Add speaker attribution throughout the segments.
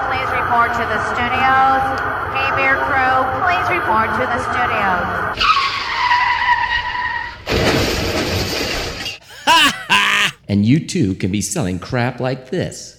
Speaker 1: report to the studios. Hey Bear Crew, please report to the studios.
Speaker 2: And you too can be selling crap like this.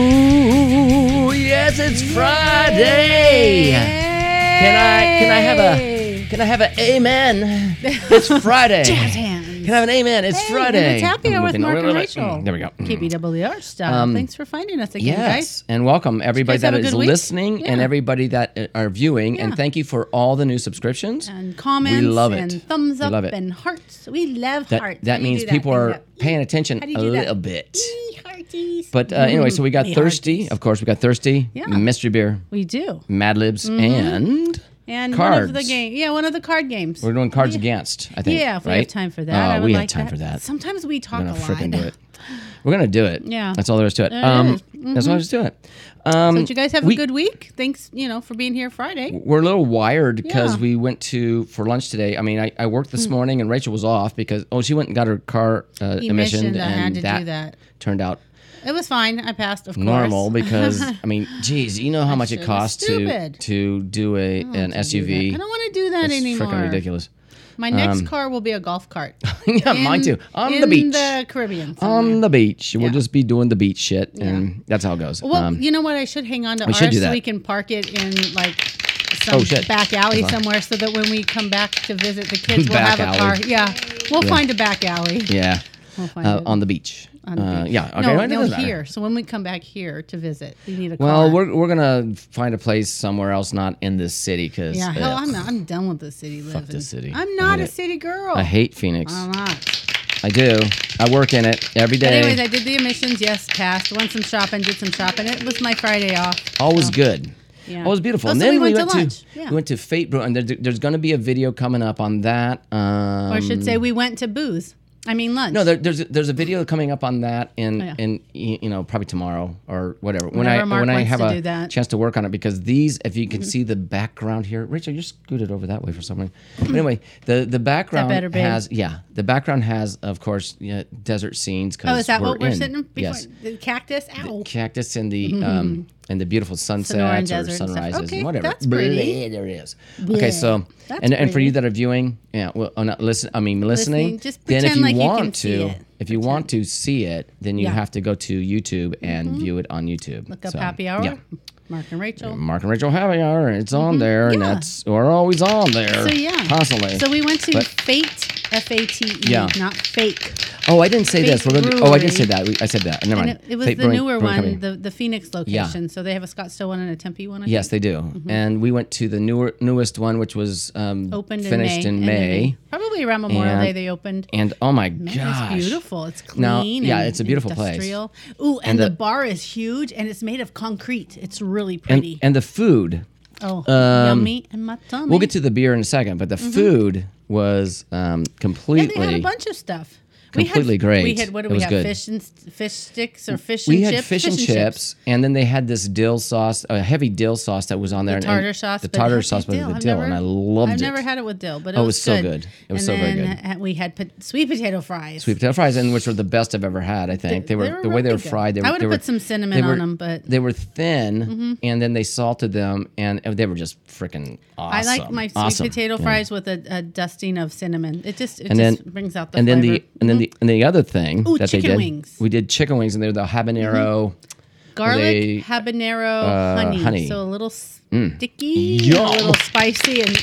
Speaker 2: Oh yes, it's Friday. Can I can I have a can I have an amen? It's Friday.
Speaker 3: Jazz hands.
Speaker 2: Can I have an amen? It's
Speaker 3: Hey,
Speaker 2: Friday.
Speaker 3: It's happy hour
Speaker 2: I'm
Speaker 3: with
Speaker 2: moving a
Speaker 3: Mark and
Speaker 2: little bit.
Speaker 3: Rachel.
Speaker 2: Mm, There we go.
Speaker 3: KBWR style. Thanks for finding us again,
Speaker 2: Um, Yes, and welcome everybody
Speaker 3: guys have
Speaker 2: that
Speaker 3: a
Speaker 2: is
Speaker 3: good week?
Speaker 2: listening and
Speaker 3: Yeah.
Speaker 2: everybody that uh, are viewing, and
Speaker 3: Yeah.
Speaker 2: thank you for all the new subscriptions.
Speaker 3: guys. And comments.
Speaker 2: We love it.
Speaker 3: And thumbs
Speaker 2: We
Speaker 3: up
Speaker 2: love it.
Speaker 3: and hearts. We love
Speaker 2: that
Speaker 3: hearts. How
Speaker 2: that
Speaker 3: do you
Speaker 2: means
Speaker 3: do
Speaker 2: people
Speaker 3: Hang
Speaker 2: are
Speaker 3: it up.
Speaker 2: paying attention
Speaker 3: How do you
Speaker 2: a
Speaker 3: do that?
Speaker 2: little bit.
Speaker 3: Eee, Hearties.
Speaker 2: But uh, anyway, so we got
Speaker 3: Hey,
Speaker 2: thirsty. Of course, we got thirsty.
Speaker 3: Mm. Yeah.
Speaker 2: Mystery beer,
Speaker 3: we do.
Speaker 2: Mad Libs, and
Speaker 3: And one
Speaker 2: cards.
Speaker 3: of the game. Yeah, one of the card games.
Speaker 2: We're doing cards against. I think.
Speaker 3: yeah, if we
Speaker 2: right?
Speaker 3: have time for
Speaker 2: Oh,
Speaker 3: that. I would
Speaker 2: we have
Speaker 3: like
Speaker 2: time for that.
Speaker 3: Sometimes we talk
Speaker 2: We're
Speaker 3: a
Speaker 2: gonna
Speaker 3: lot.
Speaker 2: freaking do it. We're gonna do it.
Speaker 3: Yeah.
Speaker 2: That's all there is to it.
Speaker 3: it
Speaker 2: um,
Speaker 3: is. Mm-hmm.
Speaker 2: That's all there is to it. Um,
Speaker 3: Did you guys have
Speaker 2: we-
Speaker 3: a good week? Thanks, you know, for being here Friday.
Speaker 2: we're a little wired because
Speaker 3: Yeah. Mm.
Speaker 2: we went to for lunch today. I mean, I, I worked this morning and Rachel was off because oh she went and got her car uh,
Speaker 3: Emission,
Speaker 2: emissioned
Speaker 3: I had
Speaker 2: and
Speaker 3: to
Speaker 2: that,
Speaker 3: do that.
Speaker 2: turned out
Speaker 3: It was fine. I passed, of
Speaker 2: normal
Speaker 3: course.
Speaker 2: because I mean, geez, you know how much
Speaker 3: shit
Speaker 2: it
Speaker 3: is
Speaker 2: costs to
Speaker 3: stupid.
Speaker 2: to do a an SUV.
Speaker 3: I don't want to do that
Speaker 2: it's
Speaker 3: anymore.
Speaker 2: freaking ridiculous. Um,
Speaker 3: My next car will be a golf cart.
Speaker 2: yeah, mine
Speaker 3: In-
Speaker 2: too. On
Speaker 3: in
Speaker 2: the beach. Um,
Speaker 3: the Caribbean. somewhere.
Speaker 2: on the beach. We'll just be doing the beach shit, and that's how it goes.
Speaker 3: well,
Speaker 2: um,
Speaker 3: you know what? I should hang on to
Speaker 2: should
Speaker 3: ours
Speaker 2: do
Speaker 3: so
Speaker 2: that.
Speaker 3: we can park it in like
Speaker 2: Oh,
Speaker 3: some
Speaker 2: shit.
Speaker 3: back alley
Speaker 2: That's fine.
Speaker 3: somewhere, so that when we come back to visit the kids, we'll
Speaker 2: Back
Speaker 3: have a car.
Speaker 2: alley.
Speaker 3: Yeah, we'll find a back alley.
Speaker 2: yeah,
Speaker 3: We'll find
Speaker 2: uh,
Speaker 3: it.
Speaker 2: on the beach. Uh, yeah. Okay.
Speaker 3: no,
Speaker 2: well, it
Speaker 3: no,
Speaker 2: doesn't matter.
Speaker 3: here. So when we come back here to visit, we need a car.
Speaker 2: Well, we're, we're gonna find a place somewhere else, not in this city, because
Speaker 3: yeah, hell, I'm I'm done with the city living.
Speaker 2: this city. I
Speaker 3: I'm not
Speaker 2: hate
Speaker 3: a
Speaker 2: it.
Speaker 3: city girl.
Speaker 2: I hate Phoenix.
Speaker 3: I'm not.
Speaker 2: I do. I work in it every
Speaker 3: But
Speaker 2: day.
Speaker 3: anyways, I did the emissions. Yes, passed. Went some shopping. Did some shopping. It was my Friday off.
Speaker 2: Always good.
Speaker 3: Yeah.
Speaker 2: Always beautiful.
Speaker 3: Oh,
Speaker 2: and
Speaker 3: so
Speaker 2: then
Speaker 3: we went to
Speaker 2: went to,
Speaker 3: lunch. Yeah.
Speaker 2: we went to Fate Brew, and there, there's gonna be a video coming up on that. Um,
Speaker 3: Or I should say we went to booze. I mean lunch.
Speaker 2: No, there, there's a, there's a video coming up on that in
Speaker 3: Oh, yeah.
Speaker 2: in y- you know probably tomorrow or whatever when
Speaker 3: Whenever
Speaker 2: I
Speaker 3: Mark
Speaker 2: when I
Speaker 3: wants
Speaker 2: have
Speaker 3: to
Speaker 2: a
Speaker 3: do that. Mm-hmm.
Speaker 2: chance to work on it because these if you can see the background here Rachel you scooted over that way for something anyway the the background
Speaker 3: better, babe?
Speaker 2: has yeah the background has of course yeah, desert scenes because
Speaker 3: oh, is that
Speaker 2: we're
Speaker 3: what we're
Speaker 2: in,
Speaker 3: sitting before?
Speaker 2: yes
Speaker 3: The cactus? Ow.
Speaker 2: cactus in the um and the beautiful
Speaker 3: Sonoran
Speaker 2: sunsets or
Speaker 3: desert Mm-hmm. and stuff.
Speaker 2: sunrises
Speaker 3: Okay,
Speaker 2: and whatever
Speaker 3: that's pretty.
Speaker 2: Bleh, there it is okay so
Speaker 3: That's
Speaker 2: and and for
Speaker 3: pretty.
Speaker 2: you that are viewing yeah well uh, not listen I mean listening,
Speaker 3: Listening, just
Speaker 2: then if
Speaker 3: pretend
Speaker 2: you
Speaker 3: like you can
Speaker 2: want
Speaker 3: see
Speaker 2: to
Speaker 3: it.
Speaker 2: if you want to see it then you
Speaker 3: Yeah. Mm-hmm.
Speaker 2: have to go to YouTube and view it on YouTube
Speaker 3: Look up
Speaker 2: So,
Speaker 3: happy hour.
Speaker 2: yeah
Speaker 3: Mark and Rachel.
Speaker 2: Mark and Rachel happy hour it's on there and
Speaker 3: Yeah.
Speaker 2: that's we're always on there
Speaker 3: So yeah.
Speaker 2: constantly
Speaker 3: So we went to
Speaker 2: But-
Speaker 3: Fate, F A T E,
Speaker 2: Yeah.
Speaker 3: not Fake.
Speaker 2: oh I didn't say this
Speaker 3: Fate
Speaker 2: we're gonna do- oh I
Speaker 3: Brewery.
Speaker 2: didn't say that We- I said that never
Speaker 3: And
Speaker 2: mind
Speaker 3: it, it was
Speaker 2: Fate
Speaker 3: the
Speaker 2: Brewing-
Speaker 3: newer
Speaker 2: Brewing Company.
Speaker 3: one, the, the Phoenix location. So they have a Scottsdale one and a Tempe one. I
Speaker 2: Yes,
Speaker 3: think.
Speaker 2: they do. And we went to the newer, newest one, which was um,
Speaker 3: opened
Speaker 2: finished
Speaker 3: in May.
Speaker 2: in
Speaker 3: and then
Speaker 2: May.
Speaker 3: they- Probably around Memorial
Speaker 2: And-
Speaker 3: Day they opened.
Speaker 2: And oh my
Speaker 3: And
Speaker 2: gosh,
Speaker 3: It's beautiful. It's clean.
Speaker 2: Now- yeah,
Speaker 3: and
Speaker 2: it's a beautiful place.
Speaker 3: industrial. Ooh, and,
Speaker 2: And
Speaker 3: the,
Speaker 2: the-
Speaker 3: bar is huge and it's made of concrete. It's really
Speaker 2: And
Speaker 3: pretty.
Speaker 2: and the food.
Speaker 3: oh, yummy and my tummy.
Speaker 2: We'll get to the beer in a second, but the food was um,
Speaker 3: And
Speaker 2: completely.
Speaker 3: they Mm-hmm. had a bunch of stuff. we
Speaker 2: completely
Speaker 3: had,
Speaker 2: great.
Speaker 3: We had what do
Speaker 2: It
Speaker 3: we
Speaker 2: was
Speaker 3: have?
Speaker 2: good.
Speaker 3: Fish and fish sticks or fish
Speaker 2: we
Speaker 3: and
Speaker 2: had
Speaker 3: chips.
Speaker 2: fish, and, chips, and then they had this dill sauce, a heavy dill sauce that was on there. and- and
Speaker 3: Tartar sauce.
Speaker 2: The
Speaker 3: but
Speaker 2: tartar
Speaker 3: heavy
Speaker 2: sauce with the
Speaker 3: I've
Speaker 2: dill, and I loved
Speaker 3: I've
Speaker 2: it.
Speaker 3: never had it with dill, but it,
Speaker 2: Oh, it
Speaker 3: was,
Speaker 2: was so good. It was
Speaker 3: and
Speaker 2: so very
Speaker 3: then uh, We had pot- sweet potato fries.
Speaker 2: sweet potato fries, and which were the best I've ever had. I think they, were,
Speaker 3: they were
Speaker 2: the way they
Speaker 3: really
Speaker 2: were
Speaker 3: good.
Speaker 2: fried. They were,
Speaker 3: I would've
Speaker 2: they were-
Speaker 3: put some cinnamon
Speaker 2: they were-
Speaker 3: on 'em, but- Mm-hmm.
Speaker 2: they were thin, and then they salted them, and they were just freaking
Speaker 3: I
Speaker 2: awesome.
Speaker 3: like my sweet
Speaker 2: Awesome.
Speaker 3: potato
Speaker 2: Yeah.
Speaker 3: fries with a, a dusting of cinnamon. It just it
Speaker 2: And
Speaker 3: just
Speaker 2: then-
Speaker 3: brings out the
Speaker 2: and then
Speaker 3: flavor. Mm-hmm.
Speaker 2: the and then the and the other thing
Speaker 3: Ooh,
Speaker 2: that they
Speaker 3: chicken
Speaker 2: did,
Speaker 3: wings. Mm-hmm.
Speaker 2: we did chicken wings, and they were the habanero.
Speaker 3: garlic
Speaker 2: they-
Speaker 3: habanero
Speaker 2: uh,
Speaker 3: honey.
Speaker 2: honey. Mm.
Speaker 3: So a little sticky, and
Speaker 2: Yum.
Speaker 3: a little spicy, and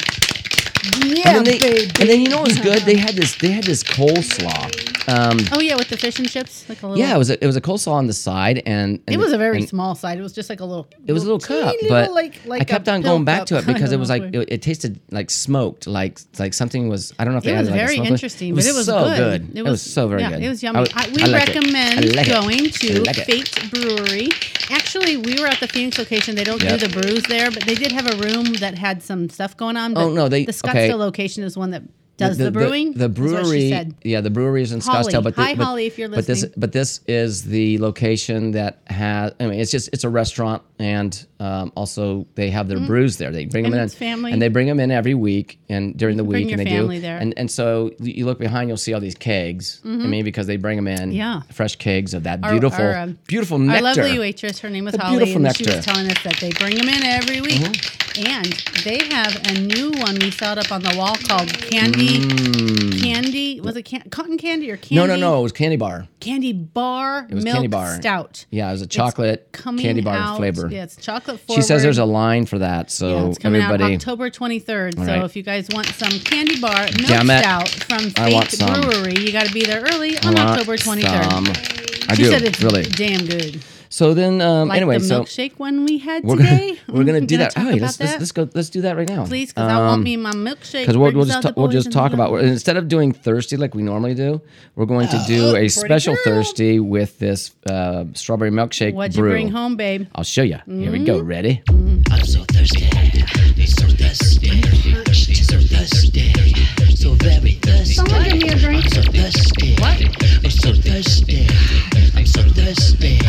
Speaker 3: yeah,
Speaker 2: and, then they,
Speaker 3: baby.
Speaker 2: and then you know what's good? They had this they had this coleslaw Um,
Speaker 3: Oh yeah, with the fish and chips, like a little.
Speaker 2: yeah, it was a, it was a coleslaw on the side, and, and
Speaker 3: It was a very
Speaker 2: and
Speaker 3: small side. It was just like a little.
Speaker 2: It was a little cup,
Speaker 3: teeny
Speaker 2: but
Speaker 3: little, like, like
Speaker 2: I kept
Speaker 3: a
Speaker 2: on
Speaker 3: pill
Speaker 2: going back
Speaker 3: cup.
Speaker 2: to it
Speaker 3: I
Speaker 2: because it
Speaker 3: don't
Speaker 2: was
Speaker 3: know
Speaker 2: like
Speaker 3: if we-
Speaker 2: it, it tasted like smoked, like like something was. I don't know if they
Speaker 3: It was
Speaker 2: added like a
Speaker 3: very
Speaker 2: smoke-
Speaker 3: interesting,
Speaker 2: It
Speaker 3: but
Speaker 2: was, so good. It was, so very
Speaker 3: yeah,
Speaker 2: good.
Speaker 3: It was
Speaker 2: I
Speaker 3: yummy.
Speaker 2: was-
Speaker 3: I, we
Speaker 2: I liked it. I
Speaker 3: recommend
Speaker 2: liked it.
Speaker 3: going to
Speaker 2: I liked it.
Speaker 3: Fate Brewery. Actually, we were at the Phoenix location. They don't
Speaker 2: Yep.
Speaker 3: do the brews there, but they did have a room that had some stuff going on. But
Speaker 2: Oh, no, they-
Speaker 3: the Scottsdale
Speaker 2: okay.
Speaker 3: location is one that does the, brewing.
Speaker 2: The,
Speaker 3: is what she
Speaker 2: brewery,
Speaker 3: said.
Speaker 2: yeah, the brewery is in
Speaker 3: Holly.
Speaker 2: Scottsdale. But the-
Speaker 3: Hi,
Speaker 2: but-
Speaker 3: Holly, if you're
Speaker 2: But this,
Speaker 3: listening.
Speaker 2: but this is the location that has. I mean, it's just it's a restaurant, and um, also they have their brews there. They bring
Speaker 3: Mm. And
Speaker 2: them in,
Speaker 3: it's family.
Speaker 2: and they bring them in every week and during the week, and
Speaker 3: bring your
Speaker 2: they
Speaker 3: family
Speaker 2: do.
Speaker 3: there. Mm-hmm.
Speaker 2: And and so you look behind, you'll see all these kegs. I mean, because they bring them in,
Speaker 3: Yeah.
Speaker 2: fresh kegs of that
Speaker 3: Our-
Speaker 2: beautiful,
Speaker 3: our, um,
Speaker 2: beautiful
Speaker 3: Our
Speaker 2: nectar.
Speaker 3: lovely waitress, her name was
Speaker 2: The
Speaker 3: Holly,
Speaker 2: beautiful
Speaker 3: and
Speaker 2: nectar.
Speaker 3: she
Speaker 2: Mm-hmm.
Speaker 3: was telling us that they bring them in every week. And they have a new one we saw it up on the wall called Candy. Candy was it can- cotton candy or candy?
Speaker 2: Mm. no, no, no, it was candy bar.
Speaker 3: Candy bar
Speaker 2: was
Speaker 3: milk
Speaker 2: candy bar.
Speaker 3: stout.
Speaker 2: Yeah, it was a chocolate
Speaker 3: Coming
Speaker 2: candy bar
Speaker 3: out-
Speaker 2: flavor.
Speaker 3: Yeah, it's chocolate
Speaker 2: she
Speaker 3: forward.
Speaker 2: says there's a line for that, so
Speaker 3: yeah, it's coming out
Speaker 2: everybody.
Speaker 3: October 23rd.
Speaker 2: right.
Speaker 3: So if you guys want some candy bar milk
Speaker 2: Damn it.
Speaker 3: stout from
Speaker 2: I want
Speaker 3: Fate
Speaker 2: some.
Speaker 3: Brewery, you got to be there early on
Speaker 2: want
Speaker 3: October 23rd.
Speaker 2: some. I
Speaker 3: she
Speaker 2: do
Speaker 3: said it's
Speaker 2: really.
Speaker 3: damn good.
Speaker 2: So then, um,
Speaker 3: Like
Speaker 2: anyway,
Speaker 3: the
Speaker 2: so
Speaker 3: milkshake one we had
Speaker 2: we're
Speaker 3: today.
Speaker 2: gonna, we're gonna
Speaker 3: You
Speaker 2: do
Speaker 3: gonna
Speaker 2: that.
Speaker 3: Talk
Speaker 2: Oh,
Speaker 3: about
Speaker 2: let's,
Speaker 3: that?
Speaker 2: let's let's go. Let's do that right now,
Speaker 3: please, because I want
Speaker 2: Um,
Speaker 3: me my milkshake.
Speaker 2: because we'll, we'll
Speaker 3: brings
Speaker 2: just
Speaker 3: out
Speaker 2: ta-
Speaker 3: the
Speaker 2: we'll
Speaker 3: boys
Speaker 2: just
Speaker 3: in
Speaker 2: talk
Speaker 3: the
Speaker 2: about
Speaker 3: hood.
Speaker 2: instead of doing thirsty like we normally do, we're going to do a special
Speaker 3: girl.
Speaker 2: thirsty with this uh, strawberry milkshake
Speaker 3: What'd you
Speaker 2: brew. Uh,
Speaker 3: bring home, Mm-hmm. babe?
Speaker 2: I'll show you. Here we go. Ready?
Speaker 4: I'm so thirsty, so thirsty, so thirsty, so very thirsty. Someone give me a drink. I'm so thirsty. What? I'm so thirsty. I'm so thirsty.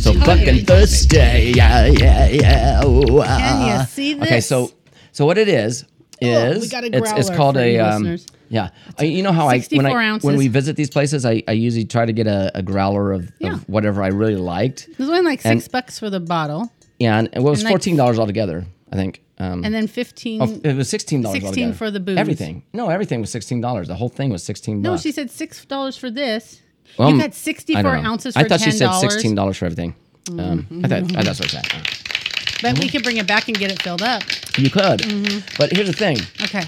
Speaker 2: So fucking thirsty. Yeah, yeah, yeah. Ooh,
Speaker 3: Can
Speaker 2: ah.
Speaker 3: you see this? Oh,
Speaker 2: Okay, so so what it is is
Speaker 3: we got a
Speaker 2: it's, it's
Speaker 3: growler
Speaker 2: called
Speaker 3: for
Speaker 2: a
Speaker 3: you
Speaker 2: um,
Speaker 3: listeners.
Speaker 2: yeah. I, you know how I when
Speaker 3: 64
Speaker 2: I when
Speaker 3: ounces.
Speaker 2: we visit these places, I, I usually try to get a, a growler of,
Speaker 3: Yeah.
Speaker 2: of whatever I really liked.
Speaker 3: There's only like six
Speaker 2: and-
Speaker 3: bucks for the bottle,
Speaker 2: Yeah, and well, it was
Speaker 3: And, like,
Speaker 2: fourteen dollars altogether. I think. Um,
Speaker 3: and then fifteen.
Speaker 2: it was sixteen dollars.
Speaker 3: 16 for the booze.
Speaker 2: Everything. No, everything was sixteen dollars. The whole thing was sixteen.
Speaker 3: no,
Speaker 2: bucks.
Speaker 3: she said six dollars for this.
Speaker 2: Well,
Speaker 3: you
Speaker 2: I'm-
Speaker 3: got
Speaker 2: I
Speaker 3: sixty-four
Speaker 2: don't know.
Speaker 3: ounces for
Speaker 2: I thought
Speaker 3: ten
Speaker 2: she said sixteen
Speaker 3: dollars. Mm-hmm.
Speaker 2: dollars for everything. Um, I thought I thought that's what it said.
Speaker 3: But
Speaker 2: Mm-hmm.
Speaker 3: we could bring it back and get it filled up.
Speaker 2: You could,
Speaker 3: Mm-hmm.
Speaker 2: but here's the thing.
Speaker 3: Okay.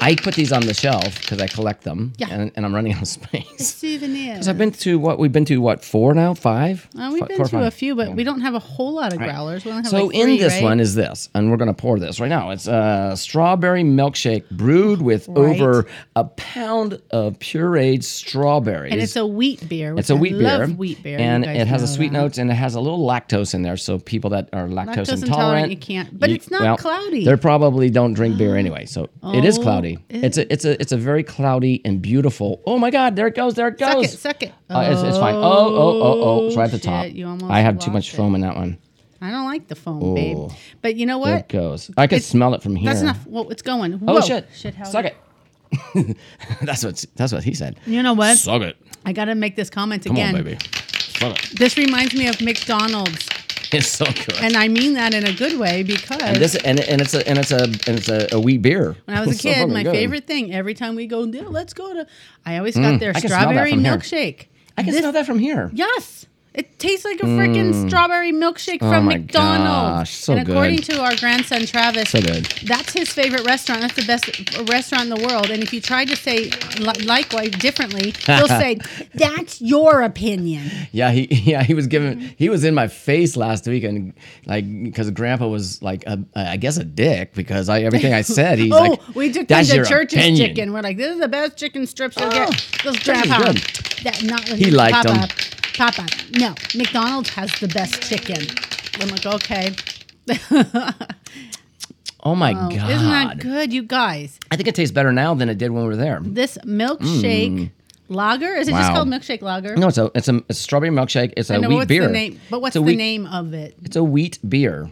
Speaker 2: I put these on the shelf because I collect them,
Speaker 3: Yeah.
Speaker 2: and, and I'm running out of space.
Speaker 3: Souvenir.
Speaker 2: I've been to what we've been to what four now five.
Speaker 3: Uh, we've
Speaker 2: Fi-
Speaker 3: been
Speaker 2: four or
Speaker 3: to a
Speaker 2: five.
Speaker 3: few, but we don't have a whole lot of growlers. We only have
Speaker 2: So
Speaker 3: like
Speaker 2: in
Speaker 3: three,
Speaker 2: this
Speaker 3: right?
Speaker 2: one is this, and we're gonna pour this right now. It's a strawberry milkshake brewed with
Speaker 3: Right.
Speaker 2: over a pound of pureed strawberries.
Speaker 3: and it's a wheat beer.
Speaker 2: It's a
Speaker 3: which I
Speaker 2: wheat beer.
Speaker 3: love Wheat beer, you
Speaker 2: and
Speaker 3: guys
Speaker 2: it has a
Speaker 3: know
Speaker 2: sweet
Speaker 3: that.
Speaker 2: notes and it has a little lactose in there. So people that are lactose,
Speaker 3: Lactose intolerant, you can't- but it's not cloudy.
Speaker 2: They probably don't drink beer anyway, so it is
Speaker 3: Oh,
Speaker 2: cloudy. It's a it's a it's a very cloudy and beautiful. Oh my God! There it goes! There it
Speaker 3: Suck
Speaker 2: goes!
Speaker 3: it, suck it.
Speaker 2: Uh, it's, it's fine. Oh oh oh oh! It's right at the
Speaker 3: shit,
Speaker 2: top.
Speaker 3: you almost
Speaker 2: I have too
Speaker 3: lost
Speaker 2: much
Speaker 3: it.
Speaker 2: foam in that one.
Speaker 3: I don't like the foam, babe.
Speaker 2: Oh.
Speaker 3: But you know
Speaker 2: There it
Speaker 3: what?
Speaker 2: goes. I can
Speaker 3: It's-
Speaker 2: smell it from here.
Speaker 3: That's enough. Well, it's going.
Speaker 2: Oh
Speaker 3: Whoa.
Speaker 2: shit!
Speaker 3: how
Speaker 2: suck it. that's what that's what he said.
Speaker 3: You know what?
Speaker 2: Suck it.
Speaker 3: I gotta make this comment
Speaker 2: Come
Speaker 3: again.
Speaker 2: on, baby. Suck it.
Speaker 3: This reminds me of McDonald's,
Speaker 2: It's so good.
Speaker 3: and I mean that in a good way because
Speaker 2: And this and, and it's a and it's a and it's a, a wheat beer.
Speaker 3: when I was a
Speaker 2: It's so
Speaker 3: kid,
Speaker 2: fucking
Speaker 3: my
Speaker 2: good.
Speaker 3: favorite thing every time we go, "Yeah, let's go to, I always got their
Speaker 2: Mm. I can smell that
Speaker 3: strawberry
Speaker 2: from here.
Speaker 3: milkshake.
Speaker 2: I can
Speaker 3: This-
Speaker 2: smell that from here.
Speaker 3: Yes. It tastes like a freaking strawberry milkshake from
Speaker 2: Oh my
Speaker 3: McDonald's.
Speaker 2: gosh, so
Speaker 3: and according
Speaker 2: good.
Speaker 3: to our grandson Travis,
Speaker 2: So good.
Speaker 3: that's his favorite restaurant. That's the best restaurant in the world. And if you try to say li- likewise differently, he'll say, "That's your opinion."
Speaker 2: Yeah, he yeah he was giving he was in my face last week and like because Grandpa was like a, I guess a dick because I everything I said he's
Speaker 3: oh,
Speaker 2: like
Speaker 3: we took them
Speaker 2: "That's
Speaker 3: to
Speaker 2: your
Speaker 3: church's
Speaker 2: opinion."
Speaker 3: chicken. We're like, "This is the best chicken strips you'll
Speaker 2: Oh,
Speaker 3: get." Those
Speaker 2: Church's
Speaker 3: grandpa.
Speaker 2: good.
Speaker 3: That not
Speaker 2: He liked
Speaker 3: Papa,
Speaker 2: 'em.
Speaker 3: Papa, no, McDonald's has the best chicken. I'm like, okay.
Speaker 2: Oh my
Speaker 3: Oh,
Speaker 2: god!
Speaker 3: Isn't that good, you guys?
Speaker 2: I think it tastes better now than it did when we were there.
Speaker 3: This milkshake lager is it just
Speaker 2: Hmm. Wow.
Speaker 3: called milkshake lager?
Speaker 2: No, it's a it's a, it's a strawberry milkshake. It's a
Speaker 3: I know
Speaker 2: wheat
Speaker 3: what's
Speaker 2: beer.
Speaker 3: the name, but
Speaker 2: it's
Speaker 3: what's
Speaker 2: a
Speaker 3: the
Speaker 2: wheat,
Speaker 3: name of it?
Speaker 2: It's a wheat beer.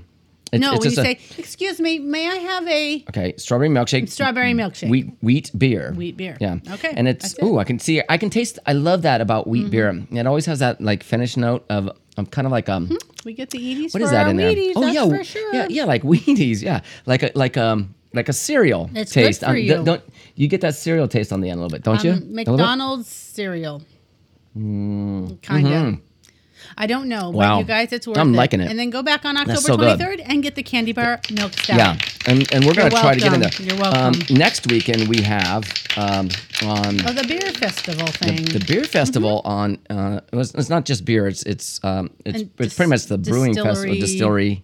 Speaker 2: It's,
Speaker 3: no,
Speaker 2: it's
Speaker 3: when you
Speaker 2: just a-
Speaker 3: say, "Excuse me, may I have a
Speaker 2: Okay, strawberry milkshake.
Speaker 3: Strawberry milkshake.
Speaker 2: Wheat wheat beer.
Speaker 3: Wheat beer.
Speaker 2: Yeah.
Speaker 3: Okay,
Speaker 2: And it's
Speaker 3: that's it. Mm-hmm.
Speaker 2: ooh, I can see I can taste I love that about wheat beer. It always has that like finish note of of kind of like um
Speaker 3: we get the Edie's
Speaker 2: what
Speaker 3: Mm-hmm. for
Speaker 2: is that
Speaker 3: our
Speaker 2: in there? Oh,
Speaker 3: Wheaties, that's
Speaker 2: yeah,
Speaker 3: for sure."
Speaker 2: yeah, yeah, like Wheaties, yeah, like a like um like a cereal
Speaker 3: It's good
Speaker 2: taste.
Speaker 3: for
Speaker 2: Um, th-
Speaker 3: you.
Speaker 2: Don't you get that cereal taste on the end a little bit, don't you?
Speaker 3: Um,
Speaker 2: A little bit?
Speaker 3: McDonald's cereal. Kind of. I don't know.
Speaker 2: Mm. Mm-hmm. Wow.
Speaker 3: But you guys, it's worth
Speaker 2: I'm
Speaker 3: it.
Speaker 2: liking it.
Speaker 3: And then go back on October
Speaker 2: That's so good.
Speaker 3: 23rd and get the candy bar milk stout.
Speaker 2: Yeah, and and we're gonna
Speaker 3: You're
Speaker 2: try to get in there.
Speaker 3: welcome. You're welcome.
Speaker 2: Um, next weekend we have um, on
Speaker 3: Oh, the beer festival
Speaker 2: the,
Speaker 3: thing.
Speaker 2: the beer festival on. Uh, it was- it's not just beer. It's it's um, it's,
Speaker 3: Mm-hmm. And
Speaker 2: it's pretty much the
Speaker 3: dis-
Speaker 2: brewing festival,
Speaker 3: distillery.
Speaker 2: distillery,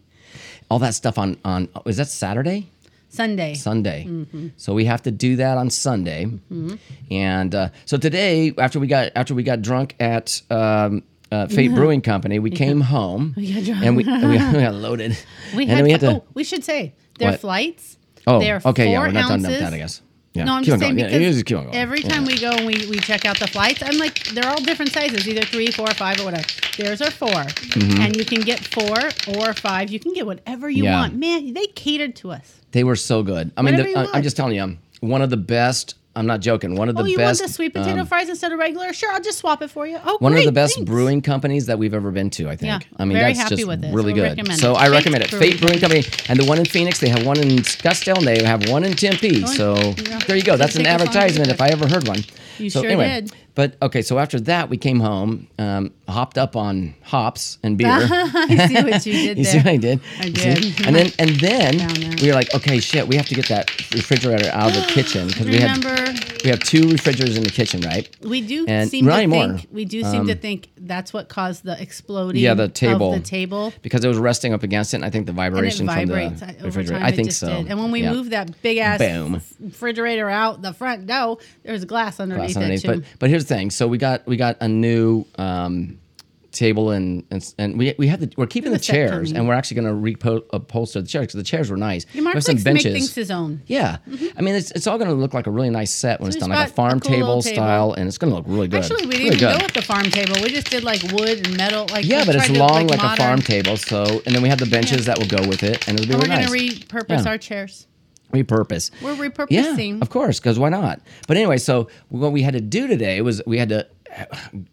Speaker 2: all that stuff on on. Is that Saturday?
Speaker 3: Sunday.
Speaker 2: Sunday.
Speaker 3: Mm-hmm.
Speaker 2: So we have to do that on Sunday. And uh, so today, after we got after we got drunk at um, uh, Fate Brewing Company, we came home
Speaker 3: We got drunk.
Speaker 2: and we, and we, we got loaded.
Speaker 3: we
Speaker 2: and
Speaker 3: had,
Speaker 2: then we had
Speaker 3: oh,
Speaker 2: to.
Speaker 3: we should say their
Speaker 2: What?
Speaker 3: flights.
Speaker 2: Oh,
Speaker 3: they're
Speaker 2: okay, yeah,
Speaker 3: four
Speaker 2: we're not done
Speaker 3: ounces.
Speaker 2: with that, I guess. Yeah,
Speaker 3: No, I'm
Speaker 2: keep on
Speaker 3: just saying
Speaker 2: going.
Speaker 3: because
Speaker 2: yeah, you just keep on going.
Speaker 3: every
Speaker 2: Yeah.
Speaker 3: time we go and we, we check out the flights, I'm like, they're all different sizes, either three, four, five, or whatever. Theirs are 4 and you can get four or five. You can get whatever
Speaker 2: Mm-hmm.
Speaker 3: you
Speaker 2: Yeah.
Speaker 3: want. Man, they catered to us.
Speaker 2: They were so good. I mean,
Speaker 3: Whatever
Speaker 2: the,
Speaker 3: you
Speaker 2: I, am
Speaker 3: want.
Speaker 2: just telling you, um, one of the best. I'm not joking. One of the
Speaker 3: oh, you
Speaker 2: best.
Speaker 3: want the sweet potato
Speaker 2: um,
Speaker 3: fries instead of regular? Sure, I'll just swap it for you. Oh,
Speaker 2: one of the
Speaker 3: great,
Speaker 2: best
Speaker 3: thanks.
Speaker 2: brewing companies that we've ever been to. I think.
Speaker 3: Yeah,
Speaker 2: I mean,
Speaker 3: very
Speaker 2: that's
Speaker 3: happy
Speaker 2: just
Speaker 3: with it,
Speaker 2: really
Speaker 3: so we
Speaker 2: good.
Speaker 3: recommend
Speaker 2: So
Speaker 3: it.
Speaker 2: I
Speaker 3: Fate
Speaker 2: recommend it. Fate Brewing
Speaker 3: Brewing
Speaker 2: Company and the one in Phoenix. They have one in Scottsdale and they have one in Tempe.
Speaker 3: Oh,
Speaker 2: So
Speaker 3: yeah.
Speaker 2: there you go.
Speaker 3: Didn't
Speaker 2: That's an
Speaker 3: take us long to get
Speaker 2: advertisement
Speaker 3: there.
Speaker 2: if I ever heard one.
Speaker 3: You
Speaker 2: so
Speaker 3: sure
Speaker 2: anyway,
Speaker 3: did.
Speaker 2: but okay. So after that, we came home, um, hopped up on hops and beer.
Speaker 3: I see what you did
Speaker 2: You see
Speaker 3: there.
Speaker 2: what I did?
Speaker 3: I
Speaker 2: You
Speaker 3: did.
Speaker 2: see? And then and then
Speaker 3: Down there.
Speaker 2: we were like, okay, shit, we have to get that refrigerator out of the kitchen because we had
Speaker 3: Remember,
Speaker 2: we have two refrigerators in the kitchen, right?
Speaker 3: we do
Speaker 2: And
Speaker 3: seem to
Speaker 2: Ronnie
Speaker 3: think
Speaker 2: Moore, um,
Speaker 3: we do seem to think that's what caused the exploding.
Speaker 2: Yeah, the table.
Speaker 3: Of the table.
Speaker 2: Because it was resting up against it, and I think the
Speaker 3: And it
Speaker 2: vibration
Speaker 3: vibrates
Speaker 2: from
Speaker 3: uh,
Speaker 2: the
Speaker 3: over
Speaker 2: refrigerator.
Speaker 3: time.
Speaker 2: I
Speaker 3: it
Speaker 2: think
Speaker 3: just
Speaker 2: so.
Speaker 3: did. And when we
Speaker 2: Yeah.
Speaker 3: moved that big ass
Speaker 2: Boom.
Speaker 3: refrigerator out the front door, there's glass underneath
Speaker 2: Glass
Speaker 3: it
Speaker 2: underneath.
Speaker 3: too.
Speaker 2: But but here's the thing. So we got we got a new um, table and and, and we, we had the we're keeping the
Speaker 3: What's that
Speaker 2: chairs
Speaker 3: coming?
Speaker 2: and we're actually going to reupholster the chairs because the chairs were nice.
Speaker 3: Your
Speaker 2: we
Speaker 3: Mark
Speaker 2: have some
Speaker 3: likes to make
Speaker 2: benches.
Speaker 3: things his own.
Speaker 2: yeah, I mean it's, it's all going to look like a really nice set when it's
Speaker 3: Mm-hmm. So
Speaker 2: done, like a
Speaker 3: he's got a
Speaker 2: farm
Speaker 3: cool
Speaker 2: table
Speaker 3: little table.
Speaker 2: style, and it's going to look really good.
Speaker 3: Actually, we
Speaker 2: really
Speaker 3: didn't even
Speaker 2: good.
Speaker 3: go with the farm table. We just did like wood and metal. Like
Speaker 2: yeah,
Speaker 3: we
Speaker 2: but it's
Speaker 3: tried to,
Speaker 2: long like, a
Speaker 3: modern-
Speaker 2: farm table. So, and then we have the benches that will go with it, and it'll be
Speaker 3: And we're
Speaker 2: really nice.
Speaker 3: gonna repurpose
Speaker 2: Yeah.
Speaker 3: our chairs.
Speaker 2: repurpose.
Speaker 3: We're
Speaker 2: Yeah,
Speaker 3: repurposing.
Speaker 2: of course, because why not? But anyway, so what we had to do today was we had to